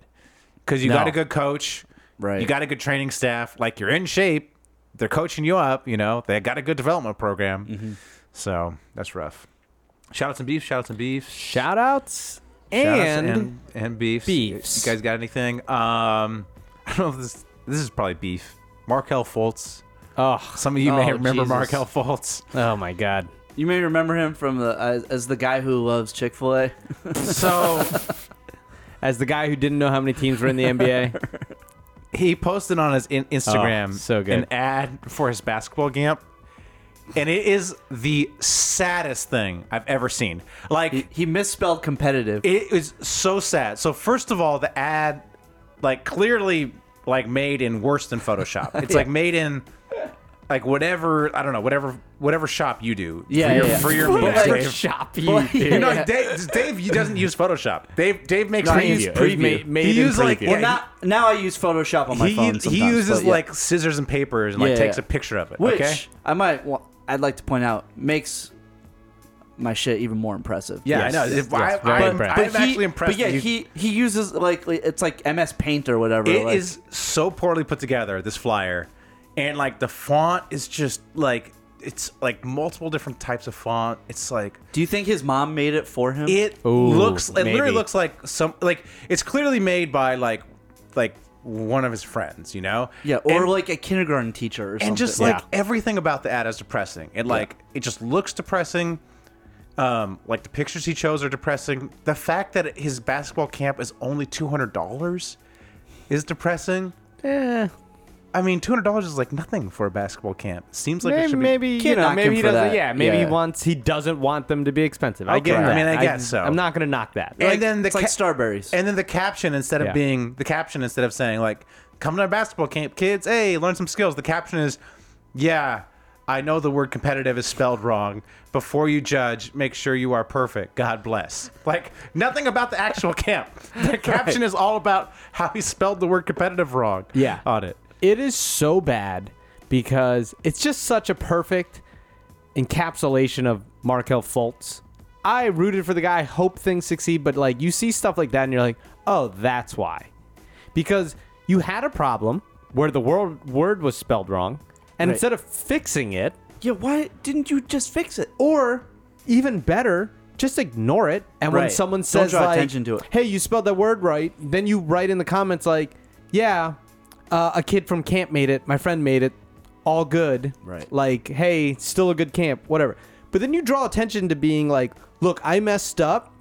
because you No. got a good coach, Right. You got a good training staff. Like you're in shape. They're coaching you up. You know they got a good development program. Mm-hmm. So that's rough. Shout out some beefs. Shout out some beefs. shout outs Shout outs and, and and beefs. beefs. You guys got anything? Um, [LAUGHS] I don't know if this this is probably beef. Markel Fultz. oh Some of you may Oh, remember Jesus. Markel [LAUGHS] Fultz. oh my god. you may remember him from the as, as the guy who loves Chick Fil A. So. As the guy who didn't know how many teams [LAUGHS] were in the NBA, he posted on his in- Instagram Oh, so good. an ad for his basketball camp, and it is the saddest thing I've ever seen. Like He misspelled competitive. it is so sad. So first of all, the ad, like clearly, like made in worse than [LAUGHS] Photoshop. It's like made in. Like whatever I don't know whatever whatever shop you do Yeah, for your, yeah, yeah. for your [LAUGHS] Whatever meals, Dave. shop [LAUGHS] you Well, did. yeah. You know, Dave, Dave doesn't use Photoshop. Dave Dave makes I used preview. preview. Made He in used, like, preview. yeah, Well, now, now I use Photoshop on my he, phone. he sometimes, uses but yeah. like scissors and papers and like Yeah, takes yeah. a picture of it. which okay. I might. wa- I'd like to point out makes my shit even more impressive. Yeah, Yes, I know. yes, If- yes, I, very I'm, impressed. I'm But he- actually impressed. But yeah, that you- he he uses like like- it's like MS Paint or whatever. it like- is so poorly put together. This flyer, and like the font is just like it's like multiple different types of font. It's like Do you think his mom made it for him? it Ooh, looks. It maybe. literally looks like some like it's clearly made by like like one of his friends. You know. yeah, or And- like a kindergarten teacher or something. and just like everything about the ad is depressing. It like it just looks depressing. Um, like the pictures he chose are depressing. The fact that his basketball camp is only two hundred dollars is depressing. Eh. I mean, two hundred dollars is like nothing for a basketball camp. Seems like it Maybe, should be. maybe you Can't know, knock maybe him he for doesn't. that. Yeah, maybe he Yeah. wants. He doesn't want them to be expensive. I get Okay. that. I mean, I guess so. I'm not gonna knock that. and like- then the it's like Starberries. And then the caption instead of Yeah. being the caption instead of saying like "Come to our basketball camp, kids. Hey, learn some skills." The caption is, "Yeah, I know the word competitive is spelled wrong. Before you judge, make sure you are perfect. God bless." Like nothing about the actual [LAUGHS] camp. [LAUGHS] The caption is all about how he spelled the word competitive wrong. Yeah. on it. It is so bad because it's just such a perfect encapsulation of Markel Fultz. I rooted for the guy, hope things succeed, but like you see stuff like that and you're like, oh, that's why. Because you had a problem where the word word was spelled wrong, and Right. instead of fixing it, yeah, why didn't you just fix it? or even better, just ignore it. And when Right. someone Don't says draw like, attention to it. "Hey, you spelled that word right," then you write in the comments like, "Yeah, uh, a kid from camp made it. My friend made it. All good. Right. Like, hey, still a good camp. Whatever." But then you draw attention to being like, "Look, I messed up,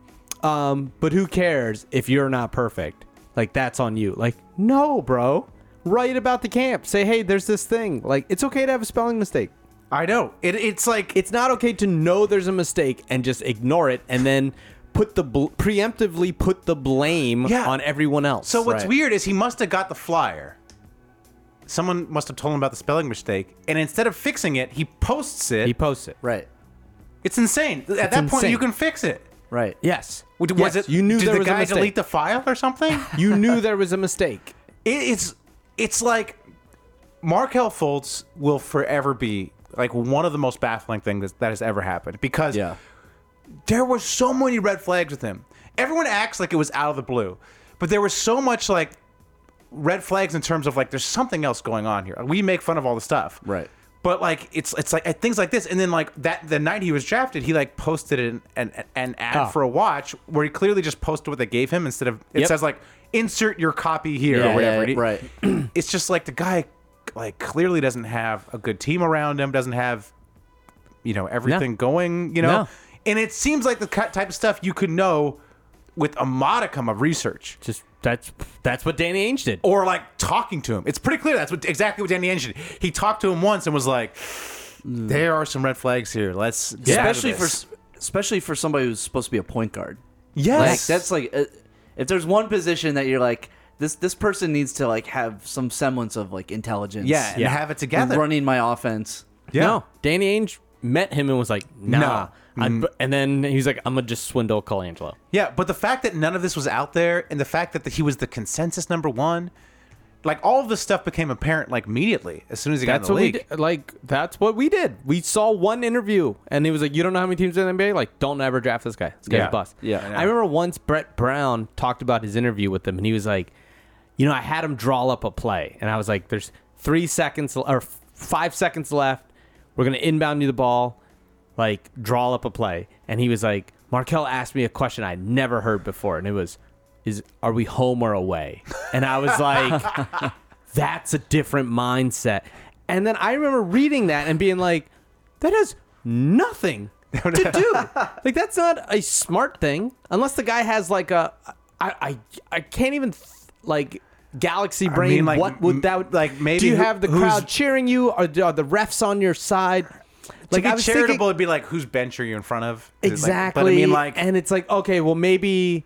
um, but who cares if you're not perfect? Like, that's on you. Like, no, bro." Write about the camp. Say, hey, there's this thing. Like, it's okay to have a spelling mistake I know. It, it's like it's not okay to know there's a mistake and just ignore it and then put the bl- preemptively put the blame Yeah. on everyone else. So what's Right. weird is he must have got the flyer. Someone must have told him about the spelling mistake, and instead of fixing it, he posts it. he posts it. Right. it's insane. At that point, insane. you can fix it. Right. Yes. Was Yes, it? you knew did there the was guy a mistake. delete the file or something? [LAUGHS] you knew there was a mistake. [LAUGHS] it, it's it's like Markel Fultz will forever be like one of the most baffling things that, that has ever happened because Yeah. there were so many red flags with him. Everyone acts like it was out of the blue, but there was so much like red flags in terms of like there's something else going on here. We make fun of all the stuff, Right. But like it's it's like at things like this, and then like that the night he was drafted, he like posted an an, an ad Oh. for a watch where he clearly just posted what they gave him instead of it Yep. says like insert your copy here Yeah, or whatever. yeah, And he- right. [CLEARS THROAT] it's just like the guy like clearly doesn't have a good team around him doesn't have you know everything going you know No. and it seems like the ki- type of stuff you could know with a modicum of research Just that's that's what Danny Ainge did. or like talking to him it's pretty clear that's what exactly what danny Ainge did he talked to him once and was like Hmm. there are some red flags here let's get out of especially for this." s- especially for somebody who's supposed to be a point guard. Like yes that's like uh, if there's one position that you're like this this person needs to like have some semblance of like intelligence. yeah and Yeah. have it I'm together running my offense. yeah No, Danny Ainge met him and was like, "Nah." No. I'm- and then he was like, "I'm gonna just swindle Colangelo." Yeah, but the fact that none of this was out there and the fact that he was the consensus number one, like all of this stuff became apparent like immediately as soon as he That's got in what the we league. did. like. That's what we did. We saw one interview, and he was like, "You don't know how many teams in the NBA. Like, don't ever draft this guy. This guy's Yeah. a bust." Yeah, I know. I, remember once Brett Brown talked about his interview with him, and he was like, "You know, I had him draw up a play, and I was like, there's three seconds or five seconds left. We're gonna inbound you the ball, like draw up a play." And he was like, "Markel asked me a question I never heard before, and it was." Is are we home or away? And [LAUGHS] I was like, that's a different mindset. And then I remember reading that and being like, that has [LAUGHS] nothing to do. like that's not a smart thing unless the guy has like a I I, I can't even th- like galaxy brain. mean, like, what would that m- like, maybe do you who- have the who's- crowd cheering you? Are, the- are the refs on your side? to be charitable I was thinking- it'd be like whose bench are you in front of? Is it, like- Exactly. but I mean like and it's like, okay, well, maybe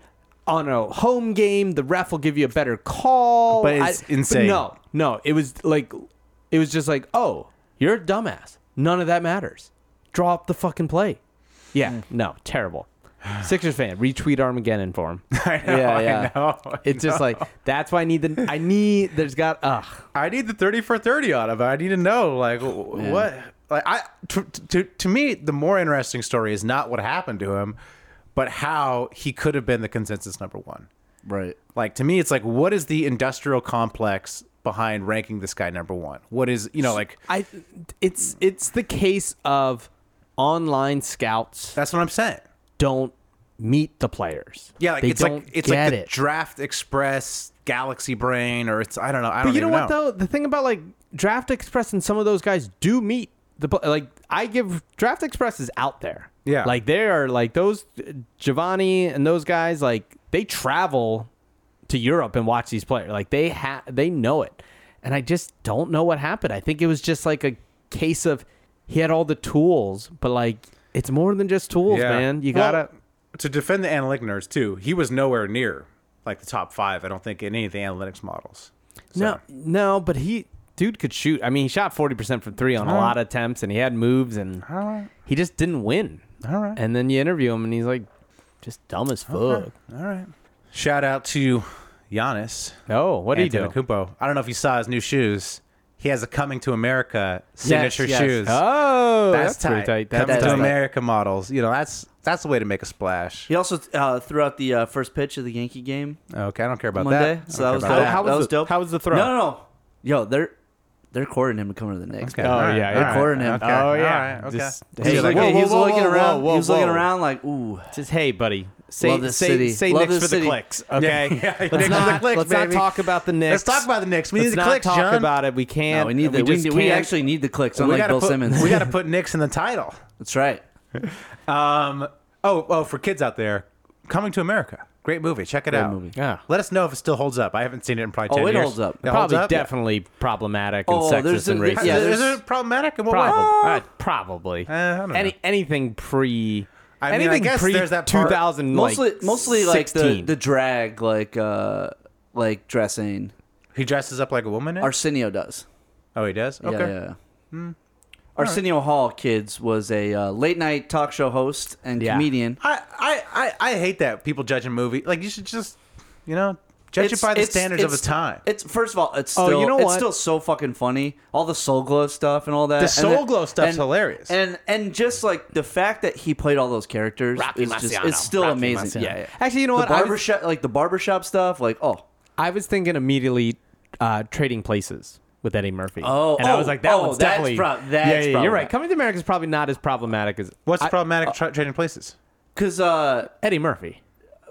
on a home game, the ref will give you a better call. But it's insane. no, no, it was like, it was just like, oh, you're a dumbass. None of that matters. Draw up the fucking play. Yeah, Mm. no, terrible. Sixers fan, retweet Armageddon for him. [LAUGHS] I know, yeah, I yeah. know, I It's just know. like that's why I need the I need there's got ugh. I need the thirty for thirty out of it. I need to know like w- what like I to, to to me the more interesting story is not what happened to him, but how he could have been the consensus number one. Right. Like to me, it's like what is the industrial complex behind ranking this guy number one? What is you know like I it's it's the case of online scouts that's what I'm saying. don't meet the players. Yeah, like they it's don't like it's get like the it. Draft Express Galaxy Brain, or it's I don't know. I don't but you know even what though? The thing about like Draft Express and some of those guys do meet the pl- like I give Draft Express is out there. Yeah. like they are like those Giovanni and those guys like they travel to Europe and watch these players. Like they ha- they know it, and I just don't know what happened. I think it was just like a case of he had all the tools, but like it's more than just tools, man. You Well, gotta. to defend the analytic nerds too. He was nowhere near like the top five. I don't think in any of the analytics models. So- No, no, but he dude could shoot. I mean, he shot forty percent from three on a lot of attempts, and he had moves, and he just didn't win. All right. And then you interview him, and he's like, just dumb as fuck. All right. Shout out to Giannis Oh, what did he do? Antetokounmpo. I don't know if you saw his new shoes. He has a Coming to America signature yes. shoes. Oh, that's, that's, tight. pretty tight. That's Coming tight. to America models. You know that's that's the way to make a splash. He also uh, threw out the uh, first pitch of the Yankee game Okay, I don't care about Monday. that. So I that don't was care dope. about How- how was that was the- dope. how was the throw? No, no, no. Yo, they're They're courting him to come to the Knicks. Okay. bro. Oh, All yeah, all yeah. Recording him. Okay. Oh all yeah. right, okay. Just, He hey, was, like, looking, he was whoa, looking whoa, around. whoa, he was looking whoa. around like, ooh, Just hey, buddy. Say Love this say city. say Love Knicks this for city. the clicks, okay? [LAUGHS] Yeah, yeah. Knicks Let's, for the not, clicks, let's not baby. talk about the Knicks. Let's talk about the Knicks. We need Let's the not clicks, talk John. about it. We can't. no, we need the, We, we, just need- we can't. actually need the clicks, we unlike gotta Bill put, Simmons. We [LAUGHS] got to put Knicks in the title. That's right. Um, oh, oh, for kids out there, Coming to America, great movie. Check it out. movie. Yeah. Let us know if it still holds up. I haven't seen it in probably Oh, ten it years. holds up. It holds probably up? definitely problematic and Oh, there's sexist a- and racist. yeah, Yeah, there's- is it problematic? And what way? Probably. uh, probably. Eh, I don't know. Any anything pre. I mean, I anything guess pre there's that part- 2000. Mostly, like, mostly like the, 16. the drag, like uh, like dressing. He dresses up like a woman. In? it? Arsenio does. oh, he does. Okay. Yeah, yeah. Arsenio Hall, kids, was a uh, late night talk show host and Yeah. comedian. I, I, I, I hate that people judging movie. Like you should just, you know, judge it by the standards of it's- its time. It's first of all, it's Oh, still, you know it's what? still so fucking funny. All the soul glow stuff and all that. The and Soul then- Glow stuff's and- hilarious. And and just like the fact that he played all those characters Rocky is just Marciano. it's still Rocky amazing. Marciano. Yeah, yeah. Actually, you know what? The I was- barbershop, like the barbershop stuff, like oh, I was thinking immediately uh, trading places with Eddie Murphy. Oh, and I was oh, like, that oh, one's that's definitely. prob- that's yeah, yeah, you're problematic. right. Coming to America is probably not as problematic as What's I- uh, the problematic tra- trading places? because uh, Eddie Murphy.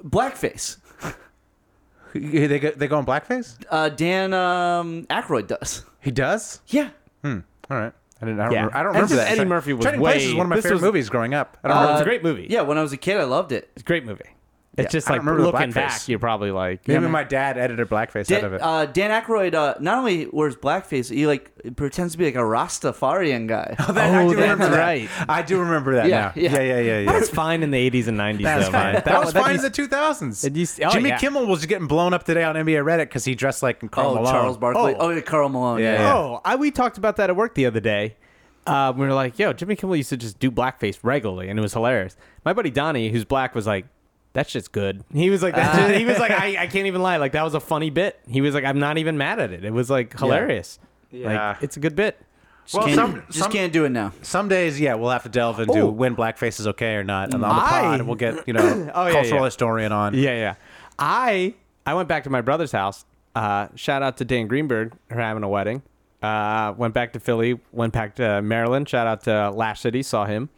blackface. They go, they go in blackface. Uh, Dan um, Aykroyd does. He does. Hmm. Yeah. All right. I didn't. I don't Yeah. remember, I don't And remember just that. Eddie Tra- Murphy was Trading Places way- is one of my this favorite was- movies growing up. I don't Oh, remember. it's a great movie. [LAUGHS] Uh, Yeah, when I was a kid, I loved it. it's a great movie. It's just I like don't remember the looking blackface. back, you're probably like, Maybe my dad edited blackface out of Dan, it. uh, Dan Aykroyd uh, not only wears blackface, he like pretends to be like a Rastafarian [LAUGHS] guy. That- I oh, do remember that's that. right. I do remember that Yeah, now. yeah. Yeah, yeah, yeah, yeah. That's fine in the 80s and [LAUGHS] 90s, That was though, fine. man. That, was that'd fine be- in the 2000s. It used- oh, Jimmy yeah. Kimmel was getting blown up today on NBA Reddit because he dressed like Carl oh, Malone. Charles Barkley. Oh, Oh, yeah, Carl Malone. Yeah. Yeah, yeah. Oh, I we talked about that at work the other day. Um, we were like, "Yo, Jimmy Kimmel used to just do blackface regularly, and it was hilarious." My buddy Donnie, who's black, was like, "That shit's good." He was like, that shit- "He was like, I, I can't even lie. Like that was a funny bit." He was like, "I'm not even mad at it. It was like hilarious. Yeah. Like it's a good bit." well, Can't- some, just some, can't do it now. some days, yeah, we'll have to delve into Oh. when blackface is okay or not. And on the I- pod, we'll get, you know, Oh, yeah, cultural yeah. historian on. Yeah, yeah. I I went back to my brother's house. Uh, shout out to Dan Greenberg for having a wedding. Uh, went back to Philly. Went back to Maryland. Shout out to Lash City. Saw him.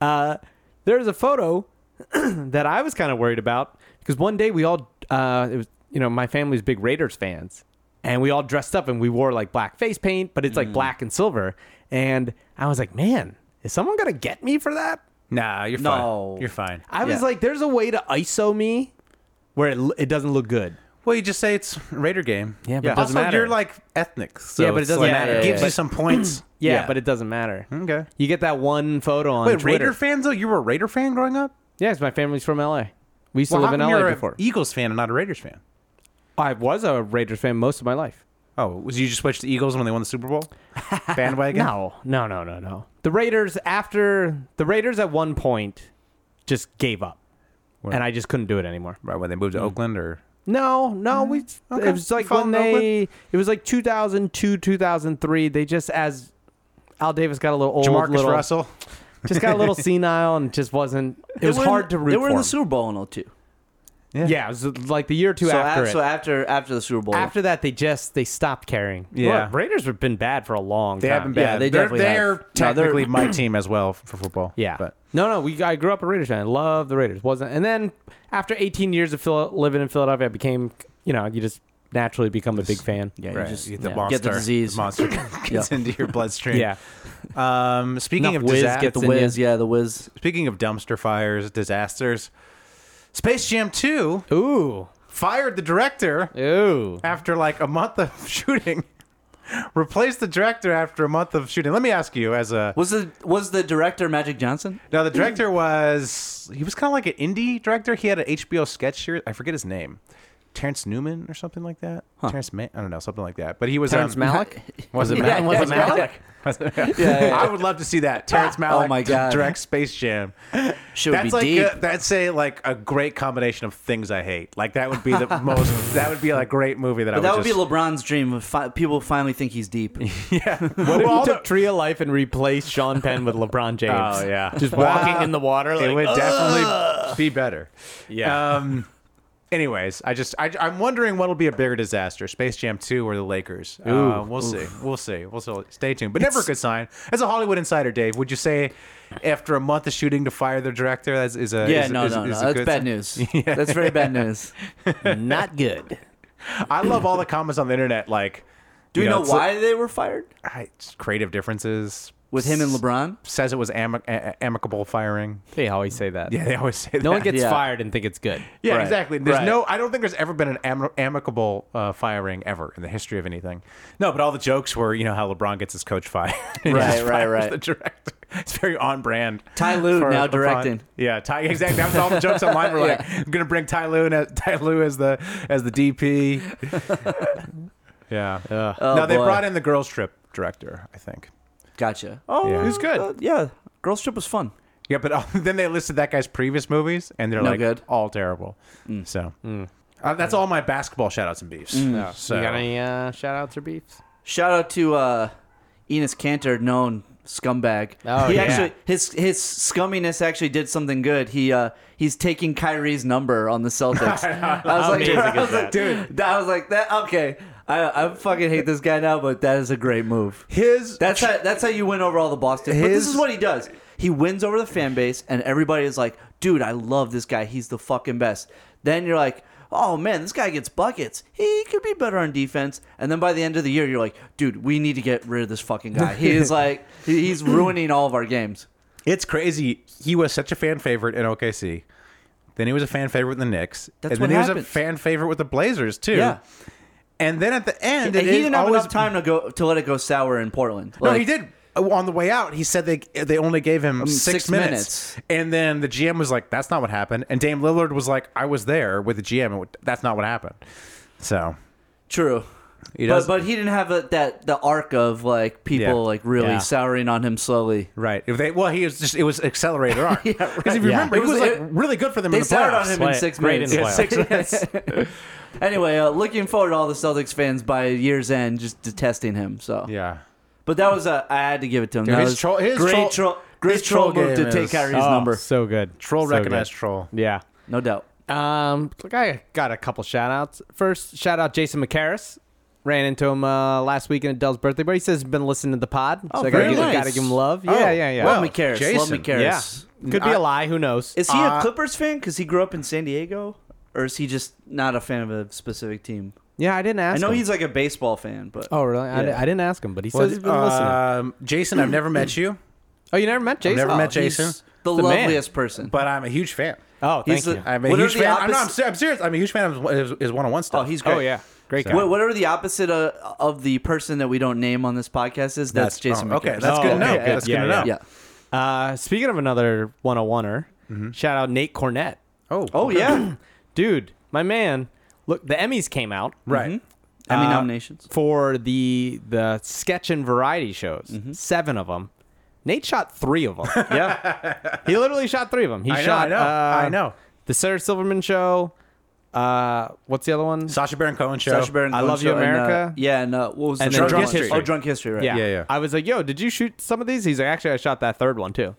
Uh, there's a photo [CLEARS THROAT] that I was kind of worried about because one day we all uh, it was you know my family's big Raiders fans and we all dressed up and we wore like black face paint, but it's like black and silver. And I was like, man, is someone gonna get me for that? Nah, you're No. fine. You're fine. I was Yeah. like, there's a way to ISO me where it, l- it doesn't look good. Well, you just say it's Raider game. Yeah, but it doesn't also, matter. you're like ethnic. So Yeah, but it it's doesn't like- matter. It gives Yeah. you some [CLEARS THROAT] points. Yeah, but it doesn't matter. Okay. You get that one photo on Wait, Twitter. Raider fans, though? You were a Raider fan growing up? yeah, 'cause my family's from LA. We used Well, to how live in come LA you're a before. Eagles fan and not a Raiders fan? I was a Raiders fan most of my life. Oh, was you just switched to Eagles when they won the Super [LAUGHS] Bowl? Bandwagon? No, no, no, no, no. The Raiders after the Raiders at one point just gave up, Where- and I just couldn't do it anymore. Right when they moved to Oakland, or No, no, we. Mm-hmm. okay. It was like Following when they. It was like 2002, 2003. They just as Al Davis got a little old, Jamarcus little, Russell? just got a little senile, and just wasn't. It was hard to root They were for. in the him. Super Bowl in 02. Yeah, it was uh, like the year or two So after after, it. so after after the Super Bowl, after that, they just they stopped caring. Yeah. Look, Raiders have been bad for a long They time. haven't been. Yeah, they they're, definitely they're have. No, they're- technically [CLEARS THROAT] my team as well for football. Yeah, but no, no. We I grew up a Raiders fan. I love the Raiders. Wasn't and then after 18 years of Phil, living in Philadelphia, I became you know you just naturally become a big fan. yeah, you right, just you- yeah, monster, get the [LAUGHS] disease. monster gets into your bloodstream. Yeah, Um, speaking of Enough whiz disasters, gets The in ya. whiz, yeah, the whiz. speaking of dumpster fires, disasters, Space Jam Two Ooh, fired the director ooh. after like a month of [LAUGHS] shooting. Replaced the director after a month of shooting. Let me ask you, as a Was the was the director Magic Johnson? Now the director was he was kind of like an indie director. He had an HBO sketch series. I forget his name, Terrence Newman or something like that. Terrence, Ma- I don't know, something like that. But he was [LAUGHS] Terrence um, Malick? [LAUGHS] Was it Malick? Yeah, was it yeah. Malick? [LAUGHS] Was it- I would love to see that Terrence Malick. Oh my God. direct Space Jam. Should That's be like deep. a, that's a like a great combination of things I hate. Like that would be [LAUGHS] the most. That would be like a great movie that I but would. that would just, be LeBron's dream. If fi- people finally think he's deep. What if Well, you took no- Tree of Life and replaced Sean Penn with LeBron James? Oh yeah, just walking in the water. Like, it would definitely be better. yeah. Um, Anyways, I just I, I'm wondering what'll be a bigger disaster: Space Jam Two or the Lakers. uh, we'll see. We'll see. We'll see. Stay tuned. But never a good sign. As a Hollywood insider, Dave, would you say after a month of shooting to fire the director that is a Yeah, is- no, is- no, is a no. That's good bad sign? news. That's very bad news. Not good. I love all the comments on the internet. Like, Do we know, it's- why they were fired? I- it's creative differences With him and LeBron? says it was ami- a- a- amicable firing. They always say that. Yeah, they always say that. No one gets Yeah. fired and think it's good. Yeah, Right, exactly. There's right. no. I don't think there's ever been an am- amicable uh, firing ever in the history of anything. No, but all the jokes were, you know, how LeBron gets his coach fired. [LAUGHS] and he Right, just right, fires right. The director. It's very on brand. Ty Lue for now LeBron. directing. Yeah, Ty. Exactly. That was all the jokes online. [LAUGHS] We're like, Yeah. I'm gonna bring Ty Lue as Ty Lue as the as the [LAUGHS] DP. yeah. Oh, no, they boy. brought in the girls trip director. I think. Gotcha. Oh, Yeah. He's good. uh, yeah. Girls Trip was fun. Yeah, but [LAUGHS] uh, then they listed that guy's previous movies, and they're No like good. Mm. all terrible. So uh, that's all my basketball shoutouts and beefs. So Mm. You got any uh, shout outs or beefs? Shout out to uh, Enos Cantor, known scumbag. Oh, he yeah. actually his his scumminess actually did something good. He uh, he's taking Kyrie's number on the Celtics. I, was like, amazing [LAUGHS] I is was like, that? dude, that- I was like that. Okay, I I fucking hate this guy now, but that is a great move. his That's how that's how you win over all the Boston. but this His- is what he does. He wins over the fan base, and everybody is like, "Dude, I love this guy. He's the fucking best." Then you're like, "Oh man, this guy gets buckets. He could be better on defense." And then by the end of the year, you're like, "Dude, we need to get rid of this [LAUGHS] fucking guy. He is like, he- he's ruining all of our games." it's crazy. He was such a fan favorite in OKC. Then he was a fan favorite with the Knicks. That's and what then he was happens. a fan favorite with the Blazers too. Yeah. And then at the end, And he it is didn't have always enough time to go to let it go sour in Portland. No, Like, Mm, he did. On the way out, he said they they only gave him six, six minutes. minutes. and then the GM was like, "That's not what happened." And Dame Lillard was like, "I was there with the GM, and that's not what happened." So True. He but, does- but he didn't have a, that the arc of like people Yeah. like really Yeah. souring on him slowly. Right. If they well, he was just it was accelerator arm. Because if you Yeah. remember, it It was, was- like it- really good for them in They the soured playoffs. on him in Play- six great minutes. in Yeah, six minutes. [LAUGHS] anyway, uh, looking forward to all the Celtics fans by year's end just detesting him. So, Yeah. but that was a I had to give it to him. Dude, that his was troll- his great troll- troll, great his troll, troll move to game take is- Kyrie's Oh, number, So good. Troll so recognized troll. Good. Yeah. no doubt. Um, look, I got a couple shout outs. First, shout out Jason McCarris. Ran into him uh, last weekend at Dell's birthday party. He says he's been listening to the pod. Oh, so I gotta, very give, nice. gotta give him love. Oh, yeah, yeah, yeah. well, Love me Karras. Love Jason. me Karras. yeah. Could be I- a lie. Who knows? Is he Uh, a Clippers fan because he grew up in San Diego, or is he just not a fan of a specific team? yeah, I didn't I ask know him. he's like a baseball fan, but Oh, really? I, di- Yeah. I didn't ask him, but he says he's Was, been listening. um, Jason, I've never met you, Oh, you never met Jason? never oh, met he's- Jason. the, the man. loveliest person. but I'm a huge fan. Oh, He's thank the- you. I'm a What are huge the fan. I'm, not, I'm, opposite- ser- I'm serious. I'm a huge fan of his, his one-on-one oh, stuff. he's great. Oh, yeah. Great guy. What, whatever the opposite uh, of the person that we don't name on this podcast is, that's, Jason. oh, okay, McCarron. that's good to Oh, know. okay, That's good. good to Yeah, know. yeah. Uh, speaking of another 101er, shout out Nate Cornett. Oh, Oh yeah. Dude, my man. Look, the Emmys came out. right. Mm-hmm. Emmy Uh, nominations. for the the sketch and variety shows. Mm-hmm. Seven of them. Nate shot three [LAUGHS] of them. yeah, he literally shot three of them. He I know, shot. I know, uh, I know. The Sarah Silverman show. Uh, what's the other one? Sasha Baron Cohen show. Sacha [LAUGHS] Baron I Cohen Love You, show and, uh, America. yeah, and uh, what was the And then drunk Drunk History. Oh, drunk history. Right. yeah. yeah, yeah. I was like, "Yo, did you shoot some of these?" He's like, "Actually, I shot that third [LAUGHS] one too."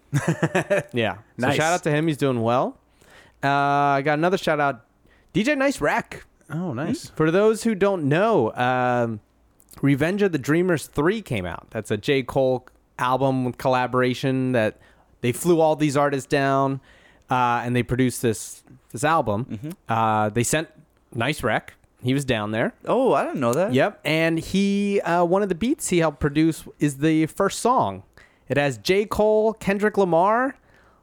yeah. So Nice. shout out to him. He's doing well. Uh, I got another shout out, DJ Nice Rack. Oh, nice. For those who don't know, um, Revenge of the Dreamers 3 came out. That's a J. Cole album with collaboration that they flew all these artists down uh, and they produced this this album. Mm-hmm. Uh, they sent Nice Rec. He was down there. Oh, I didn't know that. Yep. And he, uh, one of the beats he helped produce is the first song. It has J. Cole, Kendrick Lamar,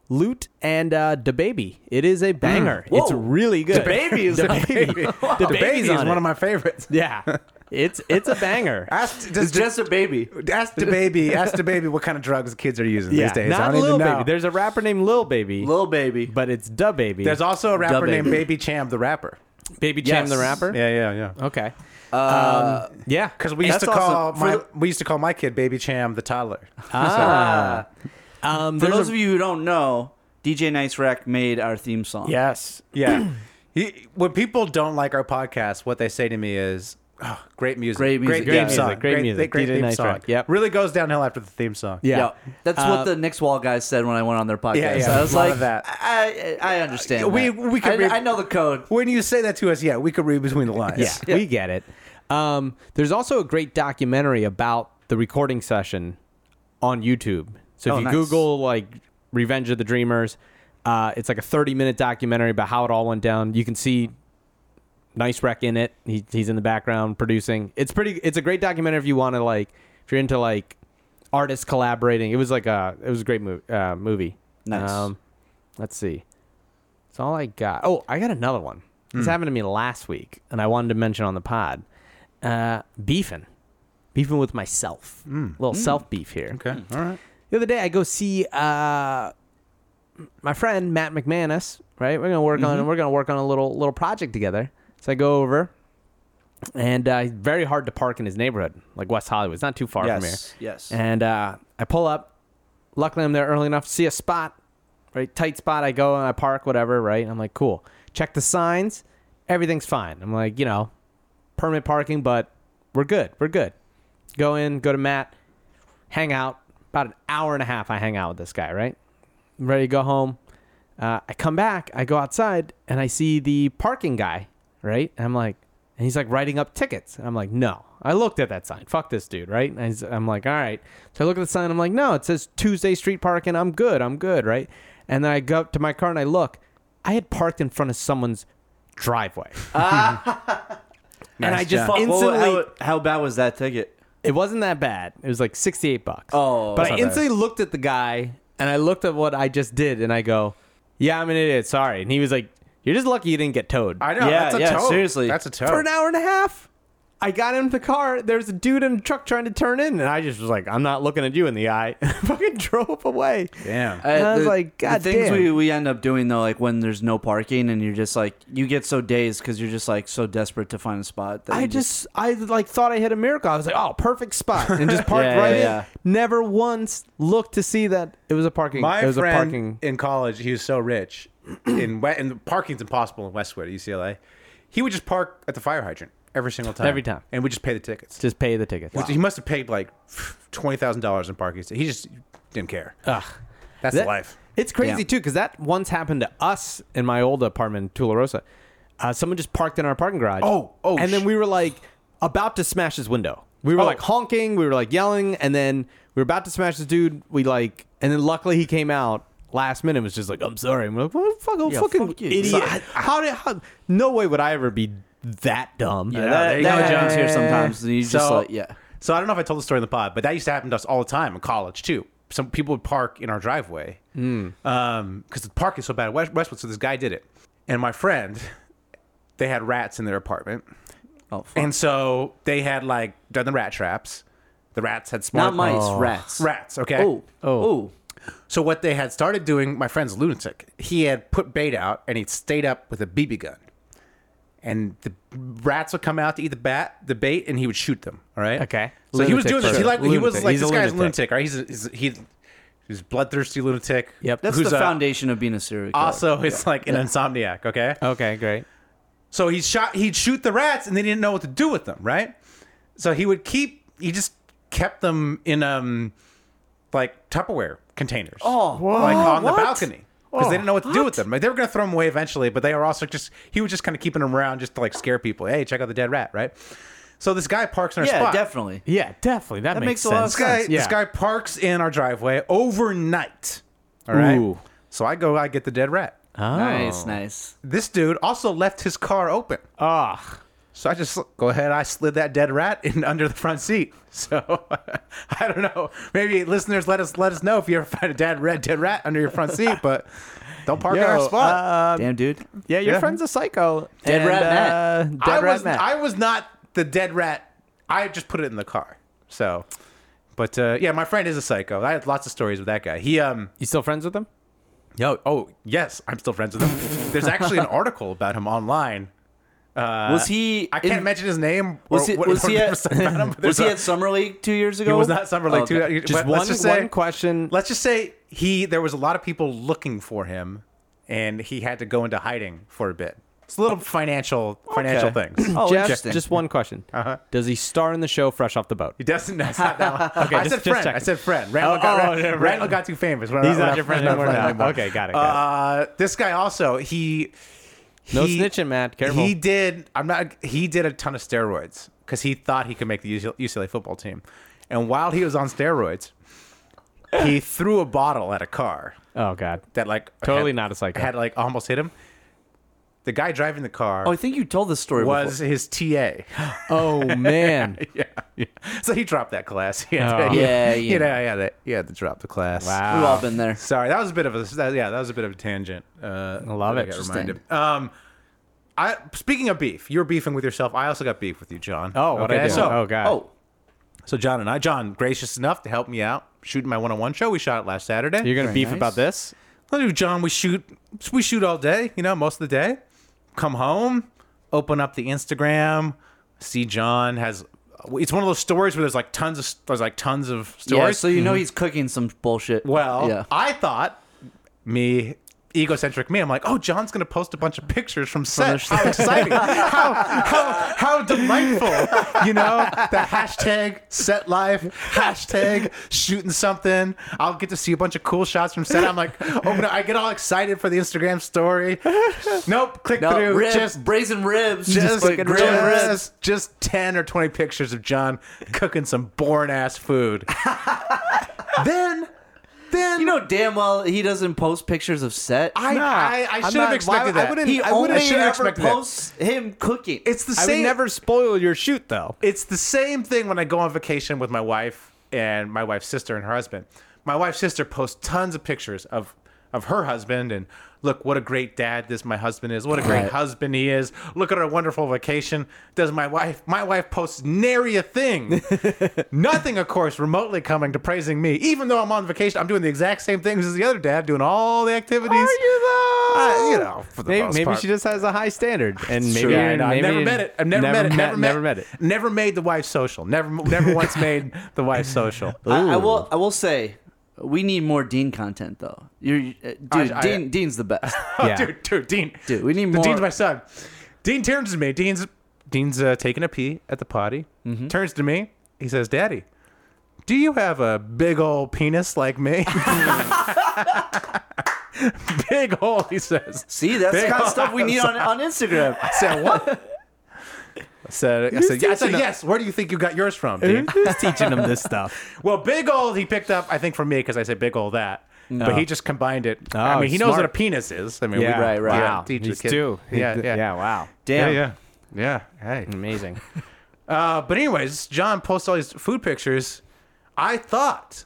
Lute, and uh, DaBaby. It is a banger. Mm. Whoa. It's really good. DaBaby is- [LAUGHS] DaBaby. The baby is on one it. of my favorites. Yeah. [LAUGHS] It's it's a banger. Ask, It's does, just a baby. ask the baby. Ask the baby what kind of drugs kids are using [LAUGHS] yeah. these days. I Not don't even Lil know. Baby. There's a rapper named Lil Baby, Little baby. but it's Da Baby. There's also a rapper Dub named Baby. Baby Cham, the rapper. Baby Yes. Cham the rapper. Yeah, yeah, yeah. Okay. um, yeah. Because we used to That's call awesome. my For- we used to call my kid Baby Cham the toddler. [LAUGHS] Ah. Um, For there's those a- of you who don't know, DJ Nice Rack made our theme song. yes. [CLEARS THROAT] Yeah. he, when people don't like our podcast, what they say to me is, oh, great music, Great music, great yeah. theme Great song, music, great music. great DJ theme Nice song. Track, yep. really goes downhill after the theme song. Yeah. That's Uh, what the Nick's Wall guy said when I went on their podcast. Yeah, yeah, I was a lot like, of that. I, I I understand. We- that. we could I, read- I know the code. When you say that to us, yeah, we could read between the lines. yeah, we get it. Um, there's also a great documentary about the recording session on YouTube. So if Oh, you nice. Google like "Revenge of the Dreamers," uh, it's like a 30 minute documentary about how it all went down. You can see nice wreck in it. He, he's in the background producing. It's pretty. It's a great documentary if you want to like if you're into like artists collaborating. It was like a it was a great movie. Uh, movie. Nice. Um, let's see. That's all I got. Hmm. Oh, I got another one. This happened to me last week, and I wanted to mention on the pod. Uh, beefing, beefing with myself. little self beef here. Okay. All right. The other day, I go see uh, my friend Matt McManus. Right, we're gonna work on we're gonna work on a little little project together. So I go over, and uh, he's very hard to park in his neighborhood, like West Hollywood. It's not too far from here. Yes. Yes. And uh, I pull up. Luckily, I'm there early enough to see a spot, right? Tight spot. I go and I park, whatever, right? I'm like, cool. Check the signs. Everything's fine. I'm like, you know, permit parking, but we're good. We're good. Go in, go to Matt, hang out. About an hour and a half, I hang out with this guy, right? I'm ready to go home. Uh, I come back, I go outside, and I see the parking guy, right? And I'm like, and he's like writing up tickets. And I'm like, no. I looked at that sign. Fuck this dude, right? And he's- I'm like, all right. So I look at the sign. I'm like, no, it says Tuesday street parking. I'm good. I'm good, right? And then I go up to my car and I look. I had parked in front of someone's driveway. [LAUGHS] and I just Ah. Fuck, what- instantly. how, how bad was that ticket? It wasn't that bad. It was like 68 bucks. Oh, but that's I not bad. instantly looked at the guy and I looked at what I just did and I go, "Yeah, I'm an idiot. Sorry." And he was like, "You're just lucky you didn't get towed." I know. Yeah, that's a yeah, toe. seriously. That's a toe. For an hour and a half, I got in the car. There's a dude in a truck trying to turn in, and I just was like, "I'm not looking at you in the eye." [LAUGHS] I fucking drove away. Damn. And I was Uh, the- like, "God the things damn." we we end up doing though, like when there's no parking and you're just like you get so dazed because you're just like so desperate to find a spot. That I you just, I like thought I hit a miracle. I was like, "Oh, perfect spot," and [LAUGHS] just parked Yeah, right yeah, in. yeah. Never once looked to see that it was a parking. My it was friend a parking. in college, he was so rich. [CLEARS THROAT] In we- and parking's impossible in Westwood, at UCLA. He would just park at the fire hydrant every single time. Every time. and we just pay the tickets. Just pay the ticket. Which He must have paid like twenty thousand dollars in parking. He just didn't care. Ugh, that's That- life. It's crazy Yeah. too, because that once happened to us in my old apartment in Tularosa. Uh, someone just parked in our parking garage. Oh, oh, And then sh- we were like about to smash his window. We were Oh. like honking, we were like yelling, and then we were about to smash this dude. We like, and then luckily he came out last minute. and Was just like, I'm sorry. I'm like, what the fuck, oh, Yeah, fucking fuck you. idiot. So I- how did? How, no way would I ever be that dumb. Yeah, that, there you that go, happens John. here sometimes. And you just like yeah. So I don't know if I told the story in the pod, but that used to happen to us all the time in college too. Some people would park in our driveway Hmm. because the parking's so bad at West- Westwood. So this guy did it, and my friend, they had rats in their apartment, Oh, fuck. and so they had like done the rat traps. The rats had smart not mice, Oh. rats. rats. Okay. Oh, oh, So what they had started doing, my friend's lunatic. He had put bait out and he'd stayed up with a BB gun, and the rats would come out to eat the bat, the bait, and he would shoot them. All right. Okay. So he was Lunatic, doing this. He sure. like he was Lunatic. like He's a this guy's lunatic. lunatic, right? He's, a, he's a- he, he's a bloodthirsty lunatic. Yep. That's who's the a- foundation of being a serial killer. Also, it's like an insomniac. Okay. Okay, great. So he shot. He'd shoot the rats, and they didn't know what to do with them, right? So he would keep. He just kept them in um, like Tupperware containers. Oh, like on the what? balcony because they didn't know what to do with them. Like they were gonna throw them away eventually, but they were also just. He was just kind of keeping them around just to like scare people. Hey, check out the dead rat, right? So this guy parks in our yeah, spot. definitely. Yeah, definitely. That, That makes makes, a lot of sense. This guy, Yeah. this guy parks in our driveway overnight. All right. Ooh. So I go, I get the dead rat. Oh. Nice, nice. This dude also left his car open. Ah. So I just sl- go ahead. I slid that dead rat in [LAUGHS] under the front seat. So [LAUGHS] I don't know. Maybe listeners, let us let us know if you ever find a dead red dead rat under your front seat. But don't park in our Yo, spot. Damn, dude. Yeah, your Uh, Yeah. friend's a psycho. Dead And, uh, Rat Matt. Dead I Rat was Matt. I was not the dead rat. I just put it in the car. So, but uh, yeah, my friend is a psycho. I had lots of stories with that guy. He um you still friends with him? yo oh yes, I'm still friends with him. There's [LAUGHS] actually an article about him online. was he? I can't in- mention his name. Was or he? what- Was he at? about him, but [LAUGHS] was there's he a- at Summer League two years ago? He was not summer league. Oh, Two, okay. Just but one, let's just say, one question. Let's just say he. There was a lot of people looking for him, and he had to go into hiding for a bit. It's a little financial financial Okay. [CLEARS THROAT] things. Oh, Jeff, interesting. just one question. Does he star in the show Fresh Off the Boat? He doesn't. That's [LAUGHS] not that one. okay, I just- said just friend. I checking. said friend. Randall, Oh, got, oh, Ra- yeah, right. Randall got too famous. We're He's not we're your friend we're anymore now. anymore. Okay, got it, Uh, this guy also he. No he- snitching, Matt. Careful. He did. I'm not. He did a ton of steroids because he thought he could make the UCLA UCLA football team, and while he was on steroids, [LAUGHS] he threw a bottle at a car oh God. that like Totally had- not a psycho. had like almost hit him. The guy driving the car Oh, I think you told this story was his TA. [LAUGHS] Oh man. [LAUGHS] yeah, yeah. So he dropped that class. [LAUGHS] Yeah, Oh. Yeah, You yeah. know, yeah, that he had to drop the class. before. We've all been there. Sorry, that was a bit of a that, yeah, that was a bit of a tangent. Uh, I love it. I got reminded. Um, I speaking of beef, you're beefing with yourself. I also got beef with you, John. Oh, what I do? So, oh God. Oh, so John and I, John, gracious enough to help me out shooting my one-on-one show. We shot it last Saturday. You're gonna Very beef nice. about this? Well, John, we shoot we shoot all day, you know, most of the day. Come home, open up the Instagram, see John has it's one of those stories where there's like tons of there's like tons of yeah. stories. So you know he's cooking some bullshit. well, yeah. I thought me egocentric me, I'm like, oh, John's gonna post a bunch of pictures from set. their How exciting! how, how how delightful! You know the hashtag set life, hashtag shooting something. I'll get to see a bunch of cool shots from set. I'm like, oh no! I get all excited for the Instagram story. Nope, click No, through. ribs, Just brazen ribs, just, fucking grilling ribs. just, just 10 or 20 pictures of John cooking some boring ass food. then, then, You know damn well he doesn't post pictures of set. I, Nah, I, I I'm should not- have expected why- I that. wouldn't- he I only wouldn't- I should've ever expected that. posts him cooking. It's the I same. would never spoil your shoot though. It's the same thing when I go on vacation with my wife and my wife's sister and her husband. My wife's sister posts tons of pictures of of her husband and look what a great dad this my husband is. What a great Right. husband he is. Look at our wonderful vacation. Does my wife my wife posts nary a [LAUGHS] thing. Nothing of course remotely coming to praising me. Even though I'm on vacation, I'm doing the exact same things as the other dad, doing all the activities. though? Uh, you know, for the maybe, most Oh. maybe part. she just has a high standard, and maybe, Sure. Yeah, I know. I've maybe- never met it. I've never, met it. Never met, never met it. Never made the wife social. Never, never once made the wife social. I, I will. I will say, we need more Dean content though. You're, uh, dude, I- I- Dean. Dean's [LAUGHS] the best. [LAUGHS] Oh, Yeah. dude, dude, Dean, Dude, we need The more- Dean's my son. Dean turns to me. Dean's Dean's uh, taking a pee at the potty. Turns to me. He says, "Daddy, do you have a big old penis like me?" [LAUGHS] big hole, he says. See, that's the Big kind of stuff we need on, [LAUGHS] on Instagram. I said what? I said, I said, yeah. I said yes. Where do you think you got yours from, Dean? Who's teaching him this stuff? Well, big old he picked up, I think, from me because I said big old that. But he just combined it. I Oh, mean, he knows smart. what a penis is. I mean, Yeah, we, right, right. yeah, Wow. teach the He's kid. two. He- Yeah, yeah, yeah. Wow. Damn. yeah, yeah, yeah. Hey. Amazing. Uh, but anyways, John posts all these food pictures. I thought,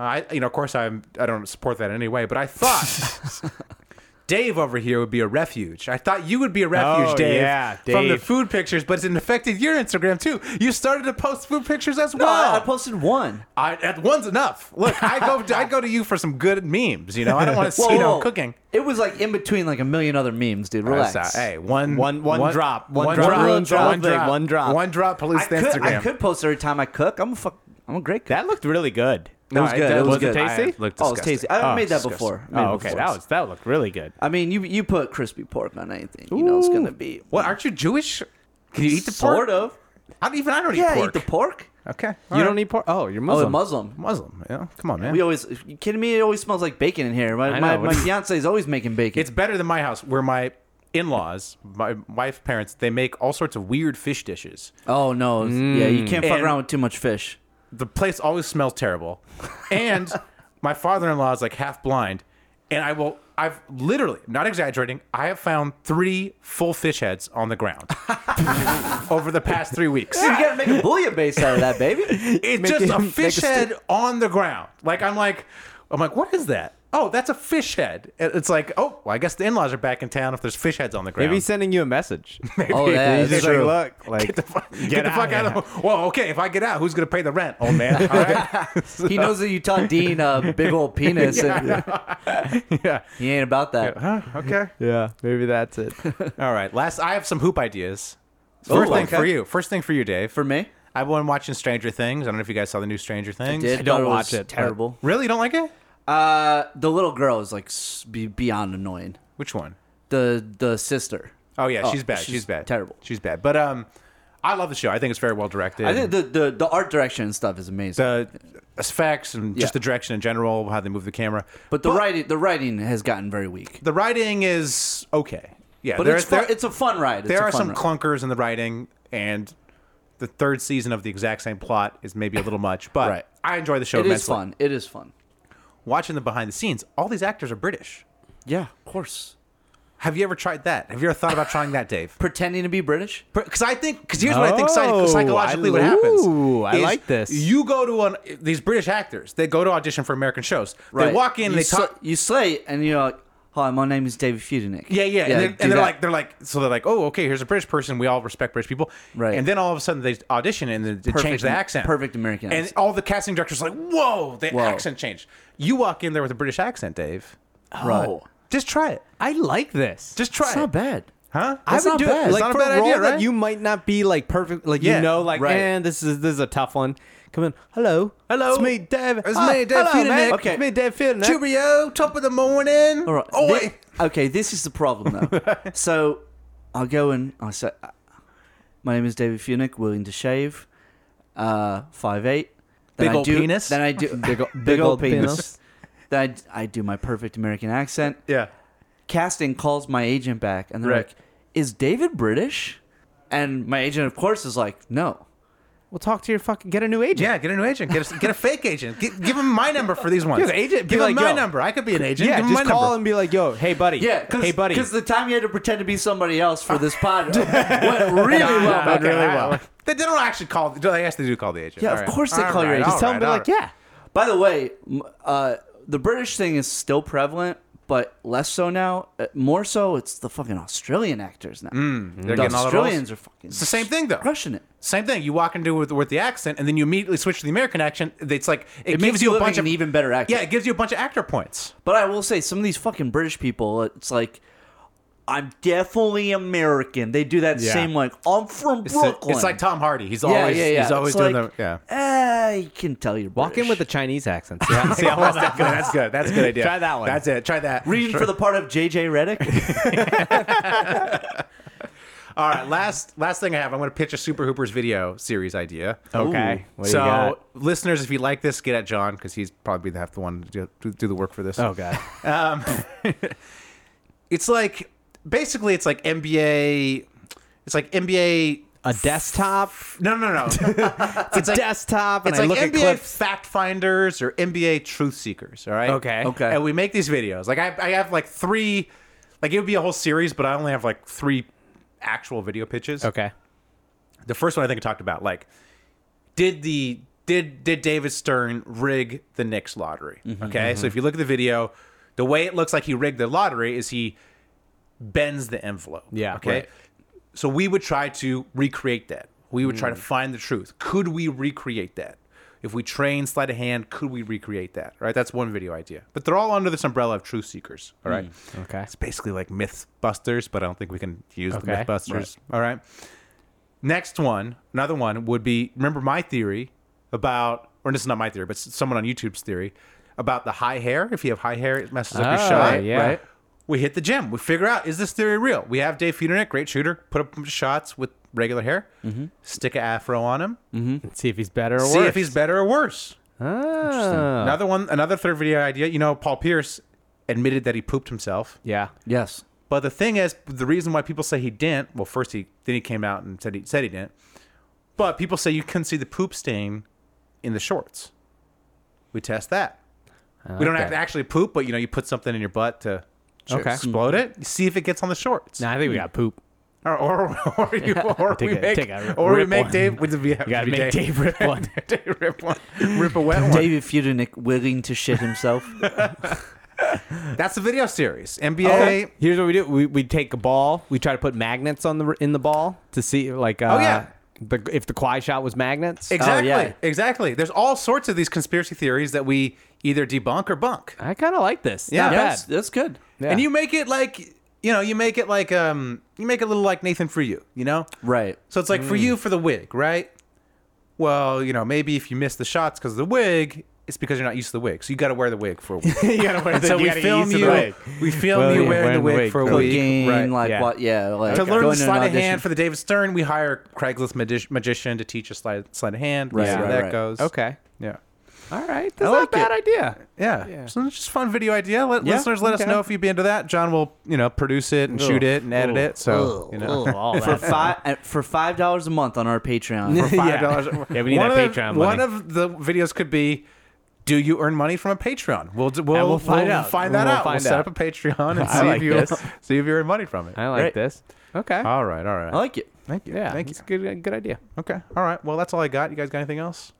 I you know, of course, I'm I don't support that in any way, but I thought [LAUGHS] Dave over here would be a refuge. I thought you would be a refuge, Oh, Dave, yeah, from the Dave. food pictures. But it affected your Instagram too. You started to post food pictures as No, well. I, I posted one. I, at one's enough. Look, I go I go to you for some good memes. You know, I don't want to see Whoa, you whoa, know whoa. cooking. It was like in between like a million other memes, dude. Relax. That's, uh, hey, one One- one drop. One drop ruins the whole thing. One drop. one drop I pollutes the could, I Instagram. could post every time I cook. I'm a fuck. I'm a great cook. That looked really good. That was No, good. that It was was good. tasty? It looked Oh, it was disgusting. tasty. I Oh, made that disgusting. before. I made Oh, it okay. before. That was that looked really good. I mean, you you put crispy pork on anything, you know it's gonna be What? Aren't you Jewish? Can you eat the pork? sort of. I don't even. I don't Yeah, eat pork. eat the pork. Okay. You don't need pork. Oh, you're Oh, a Muslim. Muslim. Muslim. Yeah. Come on, man. We always you kidding me? It always smells like bacon in here. My I my, know. my fiance is always making bacon. it's better than my house, where my in-laws, my wife's parents, they make all sorts of weird fish dishes. oh no, it's- yeah, you can't fuck And- around with too much fish. the place always smells terrible [LAUGHS] and my father-in-law is like half blind and i will i've literally not exaggerating i have found three full fish heads on the [LAUGHS] ground over the past three weeks You gotta make a bouillabaisse out of that, baby. it's just a make fish a head on the ground like i'm like i'm like what is that oh that's a fish head And it's like oh well, i guess the in-laws are back in town if there's fish heads on the ground Maybe he's sending you a message. [LAUGHS] Oh, [LAUGHS] yeah, He's that's just true. like, look, like get the fuck, get the fuck out of the [LAUGHS] well okay if i get out who's gonna pay the rent old [LAUGHS] man all right he knows that you taught Dean a big old penis, and [LAUGHS] yeah he ain't about that. huh okay Yeah, maybe that's it. All right. Last, I have some hoop ideas. Oh, First thing okay. for you. First thing for you, Dave. For me, I've been watching Stranger Things. I don't know if you guys saw the new Stranger Things. did don't thought was watch it, but- Terrible. Really, you don't like it? Uh, the little girl is like s- be- beyond annoying. Which one? The the sister. Oh yeah, Oh, she's bad. She's, she's bad. terrible. She's bad. But um, I love the show. I think it's very well directed. I think the, the the art direction and stuff is amazing. the effects and Yeah. just the direction in general, how they move the camera. but the writing the writing has gotten very weak. the writing is okay. Yeah, But there- it's fun, there- it's a fun ride. It's there a are fun some ride. clunkers in the writing, and the third season of the exact same plot is maybe a little much. But Right. I enjoy the show It immensely. is fun. It is fun. Watching the behind the scenes, all these actors are British. Yeah, of course. Have you ever tried that? Have you ever thought about trying that, [LAUGHS] Dave? Pretending to be British. Because I think, because here's what I think psych- Oh, psychologically I- what happens. ooh, I is like this. You go to an these British actors. They go to audition for American shows. They walk in, You and they sl- talk. you slay, and you're like, "Hi, my name is David Feudernick." Yeah, yeah, and, then, do and they're that. like, they're like, so they're like, oh, okay, here's a British person. We all respect British people, Right. And then all of a sudden they audition and they Perfect- change the accent, perfect American And accent. all the casting directors are like, whoa, the Whoa. accent changed. You walk in there with a British accent, Dave. "Oh, Just try it. I like this. Just try it's it. not bad." huh? I would do bad. it It's like not a for bad a role idea, right? that you might not be like perfect. Like Yeah, you know, like right. man, this is this is a tough one. Come in, hello, Hello. it's me, Dave. It's Hi. me, Dave Hello, man. Feudernick. Okay, it's me, Dave Feudernick. Cheerio, top of the morning. All right. Oh Thi- wait, okay, this is the problem [LAUGHS] though. so I go and I say, "My name is David Funick, willing to shave, uh, five eight. Big old do, penis? Then I do [LAUGHS] big, big old old penis. penis. then I, I do my perfect American accent. yeah. Casting calls my agent back, and they're Right. like, "Is David British?" And my agent, of course, is like, "No." We'll talk to your fucking. Get a new agent. Yeah, get a new agent. Get a, get a fake agent. Gi- give him my number for these ones. the agent be give him like, my yo. number. I could be an agent. Yeah, give him just my call number. and be like, "Yo, hey buddy, Yeah, cause, hey buddy." Because the time you had to pretend to be somebody else for this pod went really well. Okay, all right. They they don't actually call. I guess they do call the agent. Yeah, All of right. course they All call your right, agent. all Tell him, right, be all right. like, "Yeah, By the way, m- uh, the British thing is still prevalent, but less so now. Uh, more so, it's the fucking Australian actors now. Mm, They're the getting all the roles. Australians are fucking. It's the same thing though. Crushing it. Same thing. You walk into it with with the accent, and then you immediately switch to the American accent. It's like it, It gives makes you a living bunch of an even better actor. Yeah, it gives you a bunch of actor points. But I will say, some of these fucking British people, it's like. I'm definitely American. They do that same like I'm from It's, the- Brooklyn. it's like Tom Hardy. He's Yeah, always yeah, yeah. he's always It's doing like- the [LAUGHS] yeah. Ah, you can tell you're walk in British. with a Chinese accent. Yeah. See, I like that. Good. That's good. That's a good idea. Try that one. That's it. Try that. reading for the part of JJ [LAUGHS] Reddick. All right. Last last thing I have. I'm going to pitch a Super Hoopers video series idea. okay, what do so, you got? listeners, if you like this, get at John because he's probably have the one to do, to do the work for this. Oh god, It's like basically it's like NBA. It's like NBA. [LAUGHS] a desktop. No, no, [LAUGHS] no. it's, It's a like, desktop, and It's I like look at NBA clips. fact finders or NBA truth seekers. All right. Okay. Okay. And we make these videos. Like I, I have like three. Like it would be a whole series, but I only have like three actual video pitches. Okay, the first one I think I talked about, like, did the did did David Stern rig the Knicks lottery? Mm-hmm, okay, so if you look at the video, the way it looks like he rigged the lottery is he bends the envelope. Yeah, Okay. right. So we would try to recreate that. We would Mm. try to find the truth. Could we recreate that? If we train sleight of hand, could we recreate that? Right. That's one video idea. But they're all under this umbrella of truth seekers. All right. okay. It's basically like Mythbusters, but I don't think we can use the Okay. Mythbusters. All right. Next one, another one would be remember my theory about, or this is not my theory, but s- someone on YouTube's theory about the high hair. If you have high hair, it messes up your Oh, shot. yeah. Right. We hit the gym. We figure out is this theory real? We have Dave Feudernick, great shooter, put up shots with regular hair, stick an afro on him, Let's see if he's better or see Mm-hmm. worse. if he's better or worse. Ah. Another one, another third video idea. You know, Paul Pierce admitted that he pooped himself. Yeah. yes. But the thing is, the reason why people say he didn't, well, first he then he came out and said he said he didn't. But people say you couldn't see the poop stain in the shorts. We test that. we don't have to that. actually poop, but you know, you put something in your butt to Okay. explode it. You see if it gets on the shorts. Nah, I think we got poop. Or or, or, [LAUGHS] you, or Take we a- make take a or we rip make one. Dave with the yeah, [LAUGHS] You gotta we make Dave [LAUGHS] rip one. Dave rip one, rip a wet one. David Feudernick willing to [LAUGHS] shit himself. That's the video series. NBA. Oh, Here's what we do: we we take a ball, we try to put magnets on the in the ball to see like uh, Oh, yeah. the, if the Kawhi shot was magnets. Exactly. yeah. Exactly. There's all sorts of these conspiracy theories that we either debunk or bunk. I kind of like this. Yeah. Not Yeah, bad. that's, that's good. Yeah. And you make it like you know, you make it like um you make it a little like Nathan for you, you know? Right. So it's like for you for the wig, right? Well, you know, maybe if you miss the shots because of the wig, It's because you're not used to the wig. So you got to wear the wig for a week. you gotta wear And the, so you we gotta film use the you. wig. We film Well, you yeah, wearing the wig, for a cool. week, Game, right? like yeah. what? Yeah, like to learn going to an sleight of audition. hand for the David Stern, we hire Craigslist magi- magician to teach us sleight, sleight of hand. We Right, see how right, that right. goes. Okay. Yeah. All right. That's like not a bad idea. Yeah. Yeah. So it's just a fun video idea. Let, Yeah, Listeners, let us okay. know if you'd be into that. John will, you know, produce it and shoot it and edit it. So, you know. Ugh, [LAUGHS] all for that. five at- for five dollars a month on our Patreon. Five dollars. Yeah, we need one that of the, Patreon One money. of the videos could be, "Do you earn money from a Patreon?" We'll d- we'll, we'll find out. find that We'll out. find we'll set up out. a Patreon and [LAUGHS] I see if like you this. [LAUGHS] see if you earn money from it. I like Right. this. Okay. All right, all right. I like it. thank you. yeah. thank you. It's good. Good idea. Okay, all right. Well, that's all I got. You guys got anything else?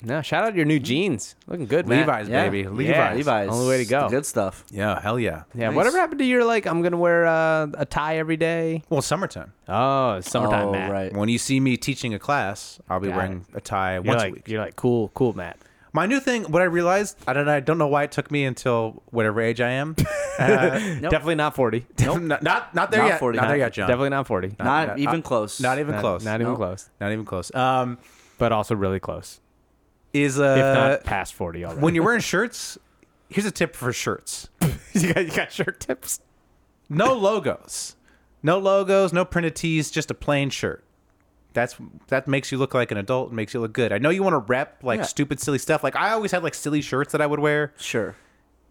No. Shout out your new jeans. Looking good, man. Levi's, Yeah. baby. Yeah, Levi's. Levi's. Only way to the go. good stuff. Yeah, hell yeah. Yeah. Nice. Whatever happened to your like? I'm gonna wear uh, a tie every day. Well, summertime. Oh, it's summertime, oh, Matt. right. When you see me teaching a class, I'll be Got wearing a tie You're once like a week. you're like cool, cool, Matt. My new thing, what I realized, I don't, I don't know why it took me until whatever age I [LAUGHS] am. Nope. Definitely not forty. not, not, not there Not yet. 40. Not there yet, John. Definitely not forty. Not uh, even uh, close. Not even Not- close. Not even Nope. close. Not even close. Um, But also really close. is If uh, not past forty already. [LAUGHS] when you're wearing shirts. Here's a tip for [LAUGHS] shirts: you, got, you got shirt tips. no logos, no logos, no printed tees, just a plain shirt. That's that makes you look like an adult and makes you look good. I know you want to rep like Yeah. stupid, silly stuff. Like I always had like silly shirts that I would wear. Sure.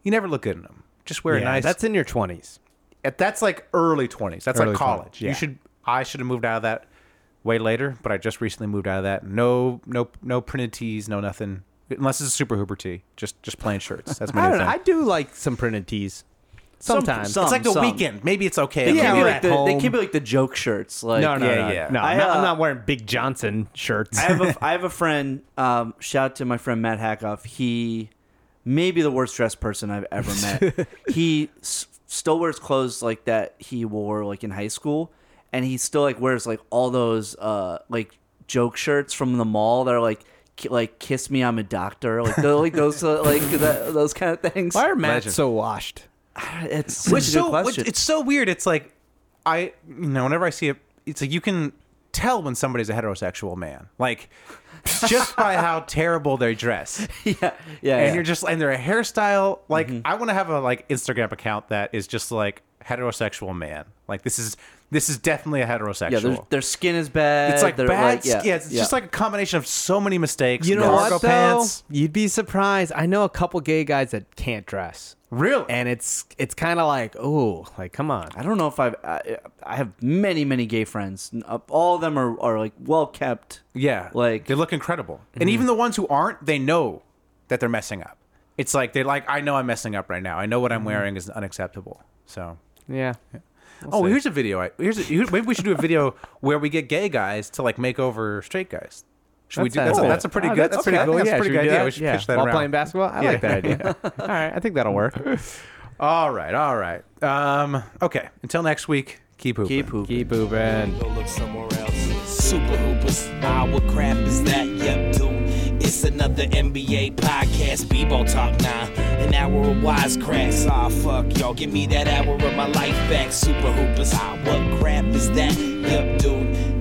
You never look good in them. Just wear a [LAUGHS] Yeah, nice. That's in your twenties. at- that's like early 20s that's Early like 20s, college yeah. you should i should have moved out of that way later but i just recently moved out of that no no no printed tees no nothing unless it's a super hooper tee just just plain shirts that's my I new don't know. thing I do like some printed tees. Some- Sometimes. some- it's like the some. weekend maybe it's okay They yeah, can't be we're like at the they home. can't be like the joke shirts. Like no, no, Yeah, no, yeah. no. I, I'm, not, uh, I'm not wearing Big Johnson shirts. I have a I have a friend. Um, shout out to my friend Matt Hackoff. He may be the worst dressed person I've ever [LAUGHS] met. he s- still wears clothes like that he wore like in high school, and he still like wears like all those uh like joke shirts from the mall that are like ki- like kiss me I'm a doctor like those like [LAUGHS] those uh, like that, those kind of things. Why are Matt Legend. so washed? It's such Which a good so which- question. it's so weird it's like i you know whenever i see it it's like you can tell when somebody's a heterosexual man like just by how terrible they dress [LAUGHS] yeah, yeah, and yeah. you're just and they're a hairstyle like i want to have a like instagram account that is just like heterosexual man like this is this is definitely a heterosexual yeah, their, their skin is bad. it's like they're bad yeah, yeah, it's just like a combination of so many mistakes You know Yes. what though? pants You'd be surprised. I know a couple gay guys that can't dress, really and it's it's kind of like, oh, like come on. I don't know if I've I, I have many many gay friends. Uh, All of them are, are like well kept. yeah like- they look incredible and even the ones who aren't they know that they're messing up it's like they're like i know i'm messing up right now i know what i'm wearing is unacceptable so Yeah. oh here's a video I, here's a, here- maybe we should do a video where we get gay guys to like make over straight guys should we That's do that's a, cool. that's a pretty Oh, good that's, pretty okay. cool. I that's think a yeah, pretty should good do idea that? we should Yeah. pitch that While around playing basketball, I like that idea. [LAUGHS] all right, I think that'll work. all right all right um okay until next week keep hooping Keep hooping. Keep moving. go look somewhere else. Super Hoopers, nah, what crap is that? Yep, dude. It's another NBA podcast, B-ball talk now. An hour of wisecracks, ah, fuck y'all. Give me that hour of my life back. Super Hoopers, ah, what crap is that? Yep, dude.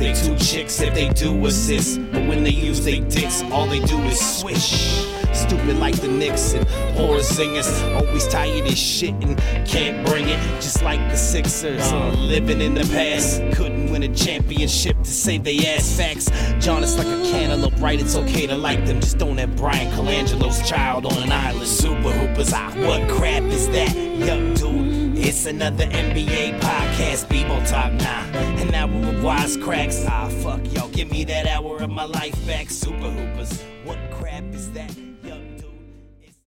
they two chicks if they do assist. But when they use they dicks, all they do is swish. Stupid like the Knicks and horror singers. Always tired as shit and can't bring it. Just like the Sixers. uh, living in the past. Couldn't win a championship to save they ass facts. John is like a cantaloupe, right? It's okay to like them. Just don't have Brian Colangelo's child on an island. Super hoopers. Ah, what crap is that? Yup, dude. It's another NBA podcast, B-Ball Talk Nah. An hour of wisecracks. Ah, fuck, y'all. Give me that hour of my life back. Super hoopers. What crap is that?